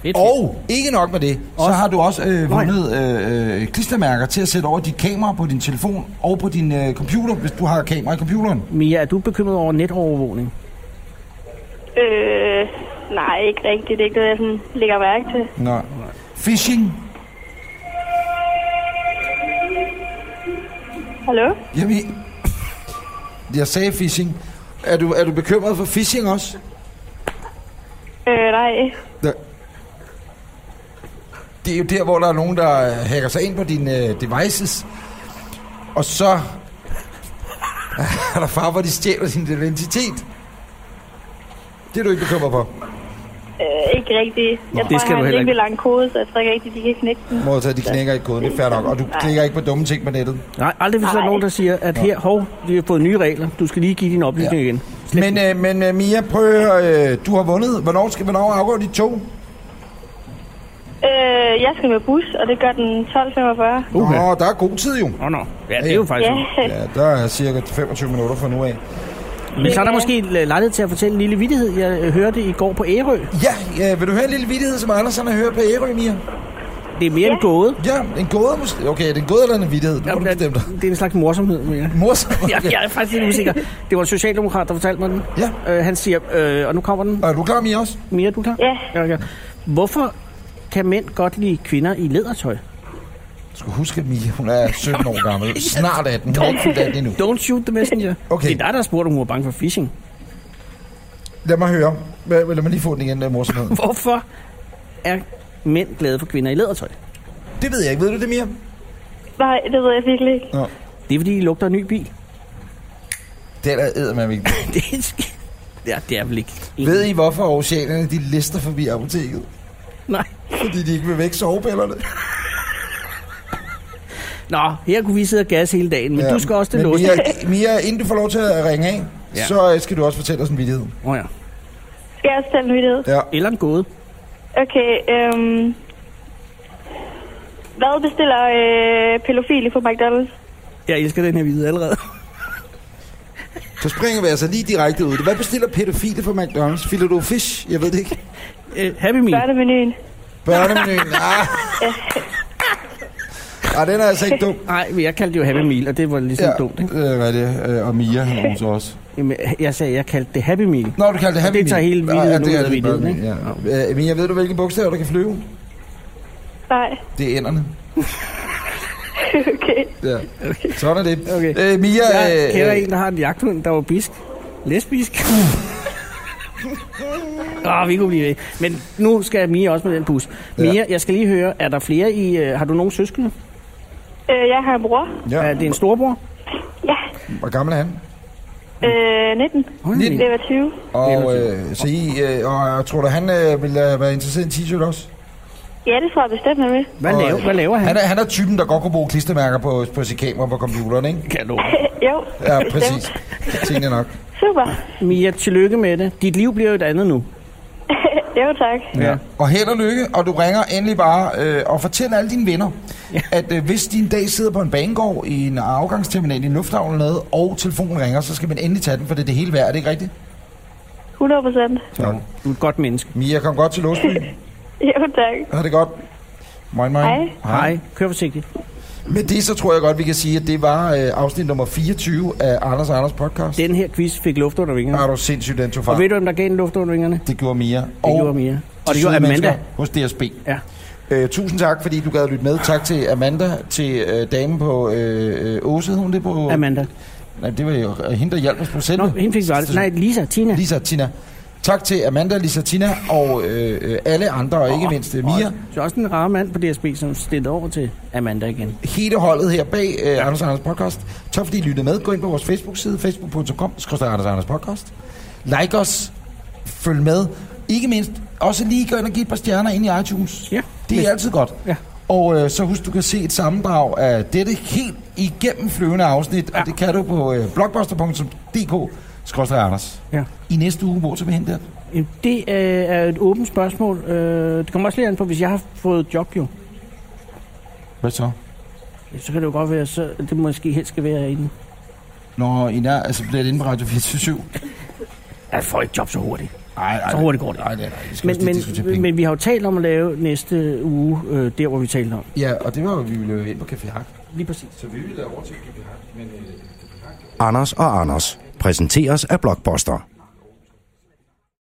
S3: Fedt,
S2: Og ikke nok med det, så
S3: Også-
S2: har du også øh,
S3: Nå ja.
S2: vundet øh, øh, klistermærker til at sætte over dit kamera på din telefon og på din øh, computer, hvis du har kamera i computeren.
S3: fedt. Mia, er du bekymret over netovervågning?
S5: Øh, nej, ikke rigtigt. Det er ikke noget, jeg sådan lægger mærke til.
S2: Nå. Phishing.
S5: Hallo?
S2: Jamen, I- jeg sagde phishing. Er du, er du bekymret for phishing også?
S5: Øh, nej.
S2: Der. Det er jo der, hvor der er nogen, der øh, hacker sig ind på dine øh, devices. Og så *laughs* er der far, hvor de stjæler din identitet. Det er du ikke bekymret for.
S5: Øh, ikke rigtigt. Jeg tror,
S3: Det skal du
S5: jeg har en
S3: heller
S5: rimelig
S3: ikke.
S5: lang kode, så jeg tror ikke rigtigt, de kan knække den.
S2: Modtaget, de knækker ikke koden, det er fair nok. Og du klikker ikke på dumme ting på nettet.
S3: Nej, aldrig hvis der er
S5: Nej.
S3: nogen, der siger, at her, hov, vi har fået nye regler. Du skal lige give dine oplysninger
S2: Ja.
S3: ja. igen.
S2: Men, øh, men øh, Mia, prøv at høre, øh, du har vundet. Hvornår, skal, hvornår afgår dit tog?
S5: Øh, jeg skal med bus, og det gør den 12.45.
S3: Uha.
S2: Nå, der er god tid jo.
S3: Nå, nå. Ja, det er jo faktisk...
S5: Ja, *laughs*
S3: Ja.
S2: Ja, der er cirka 25 minutter fra nu af.
S3: Men så er der måske lejlighed til at fortælle en lille vittighed. Jeg øh, hørte i går på Ærø.
S2: Ja, øh, vil du høre en lille vidighed, som Anders han har hørt på Ærø, Mia?
S3: Det er mere ja. en gåde.
S2: Ja, en gåde måske. Okay, er det en gåde eller en vittighed? Du må du bestemme dig.
S3: det er en slags morsomhed, Mia.
S2: *laughs* Morsom.
S3: *laughs* Jeg, jeg er faktisk lidt usikker. Det var en socialdemokrat, der fortalte mig den.
S2: Ja.
S3: Øh, han siger, øh, og nu kommer den.
S2: Er du klar, Mia, også?
S3: Mia, du er klar?
S5: Ja.
S3: ja. Hvorfor kan mænd godt lide kvinder i lædertøj?
S2: Du skal huske, at Mia, hun er 17 år *laughs* gammel. Snart 18. Hun er ikke fuldt 18 endnu.
S3: Don't shoot the messenger.
S2: Okay.
S3: Det er dig, der har spurgt, om hun var bange for phishing.
S2: øh, *laughs* Lad mig høre. Hvad- Lad mig lige få den igen, der morsomhed.
S3: Hvorfor er mænd glade for kvinder i lædertøj?
S2: Det ved jeg ikke. Ved du det, Mia?
S7: Nej, det ved jeg virkelig ikke.
S2: Nå.
S3: Det er, fordi I lugter en ny bil. *laughs*
S2: Det er der eddermame ikke.
S3: det er sk- ja, det er vel ikke.
S2: Ved I, hvorfor oceanerne de lister forbi apoteket?
S3: Nej.
S2: Fordi de ikke vil væk sovepillerne.
S3: Nå, her kunne vi sidde og gas hele dagen, men ja, du skal også til
S2: men
S3: låst.
S2: Mia, Mia, inden du får lov til at ringe af, ja.
S3: Ja.
S2: så øh, skal du også fortælle os en vidighed.
S3: Åh ja.
S7: Skal jeg også tage en nyhed?
S2: Ja.
S3: Eller en gåde.
S7: Okay, øhm... Hvad bestiller øh, pædofile fra McDonald's?
S3: Jeg elsker den her vide allerede. *laughs*
S2: Så springer vi altså lige direkte ud. Hvad bestiller pædofile fra McDonald's? Filet du fish? Jeg ved det ikke.
S3: Øh, Happy Meal.
S7: Børnemenuen.
S2: *laughs* Børnemenuen. Ah. Ah, den er altså ikke dum.
S3: Nej, men jeg kaldte det jo Happy Meal, og det var ligesom ja. dumt. Ikke?
S2: øh, hvad er det? Øh, Og Mia, hun så også.
S3: Jamen, jeg sagde, jeg kaldte det Happy Meal.
S2: Nå, du kaldte det Happy
S3: Det tager
S2: Meal.
S3: hele
S2: Ah,
S3: videoen
S2: det
S3: ud
S2: er
S3: af
S2: det
S3: videoen,
S2: Børnemenuen, Ja. Øh, Mia, ved du, hvilke bogstaver der kan flyve?
S7: Nej,
S2: Det er
S3: *laughs*
S2: ænderne.
S7: okay.
S2: Ja. Sådan er det.
S3: Okay.
S2: Øh, Mia,
S3: Jeg
S2: øh,
S3: kender
S2: øh,
S3: en, der har en jagthund, der var bisk. *laughs* Lesbisk. Åh, vi kunne blive ved. Men nu skal Mia også med den bus. Mia,
S2: Ja.
S3: jeg skal lige høre, er der flere i... Øh, har du nogen søskende?
S7: Øh, jeg har en bror.
S3: Ja. Er det en storbror?
S7: Ja,
S2: Hvor gammel er han?
S7: øh, 19.
S3: Hold
S7: Det var 20.
S2: Og, øh, så I, øh, og tror du, han øh, ville øh, være interesseret i en t-shirt også?
S7: Ja, det tror jeg bestemt, han vil.
S3: Hvad,
S2: Og,
S3: laver,
S2: øh,
S3: hvad laver han?
S2: Han er, han er typen, der godt kunne bruge klistermærker på, på sit kamera på computeren, ikke?
S3: Kan jeg love.
S7: *laughs* jo,
S2: Ja,
S7: bestemt.
S2: præcis. Tingene nok.
S7: Super. *laughs*
S3: Mia, tillykke med det. Dit liv bliver jo et andet nu.
S7: jo, tak.
S3: Ja.
S2: Og held og lykke, og du ringer endelig bare øh, og fortæl alle dine venner, ja. at øh, hvis din dag sidder på en banegård i en afgangsterminal i en lufthavn eller noget, og telefonen ringer, så skal man endelig tage den, for det er det hele værd, er det ikke rigtigt?
S7: 100 procent.
S2: Tak.
S3: Du er et godt menneske.
S2: Mia, kom godt til Låsby.
S7: Jo, tak.
S2: Ha' det godt. Moin, moin.
S7: Hej.
S3: Hej. Kør forsigtigt.
S2: Med det så tror jeg godt, vi kan sige, at det var øh, afsnit nummer 24 af Anders og Anders podcast. Det
S3: Den her quiz fik luft under vingerne.
S2: er du sindssygt, den tog
S3: Og ved
S2: far.
S3: du, hvem der gav den luft under vingerne?
S2: Det gjorde Mia. Det
S3: Det gjorde Mia. Og det gjorde Amanda.
S2: Hos DSB.
S3: Ja.
S2: Øh, tusind tak, fordi du gad lytte med. Tak til Amanda, til øh, damen på øh, øh, Åse, hed hun det på...
S3: Amanda.
S2: Nej, det var jo øh, hende, der hjalp os på
S3: Nå,
S2: selve.
S3: hende fik du aldrig. Nej, Lisa, Tina.
S2: Lisa og Tina. Tak til Amanda, Lisa Tina og øh, øh, alle andre, og ikke mindst øh, Mia.
S3: Så også en rar mand på DSB, som stillede over til Amanda igen.
S2: hele holdet her bag øh, Anders og Anders Podcast. Tak fordi I lyttede med. Gå ind på vores Facebook-side, facebook.com, skrøster Anders og Anders Podcast. Like os, følg med. Ikke mindst, også lige gå ind og give et par stjerner ind i iTunes.
S3: Ja.
S2: Det er altid godt.
S3: Ja.
S2: Og øh, så husk, du kan se et sammendrag af dette helt igennem flyvende afsnit, ja. og det kan du på øh, blogbuster.dk, skrøster Anders.
S3: Ja.
S2: I næste uge, hvor så vi hen der?
S3: Jamen, Det øh, er et åbent spørgsmål. Øh, det kommer også lige an på, hvis jeg har fået job jo.
S2: Hvad så?
S3: Så kan det jo godt være, så det måske helst skal være inde.
S2: Når I er, altså bliver det inde på Radio 24
S3: Jeg får ikke job så hurtigt.
S2: Nej, nej.
S3: Så hurtigt går det.
S2: Nej, nej, nej. Vi skal
S3: Men,
S2: også lige diskutere penge.
S3: men, men vi har jo talt om at lave næste uge, øh, der hvor vi talte om.
S2: Ja, og det var jo, vi ville jo ind på Café Hak.
S3: Lige præcis.
S2: Så vi ville over til Café Hak.
S1: Anders og Anders præsenteres af Blockbuster.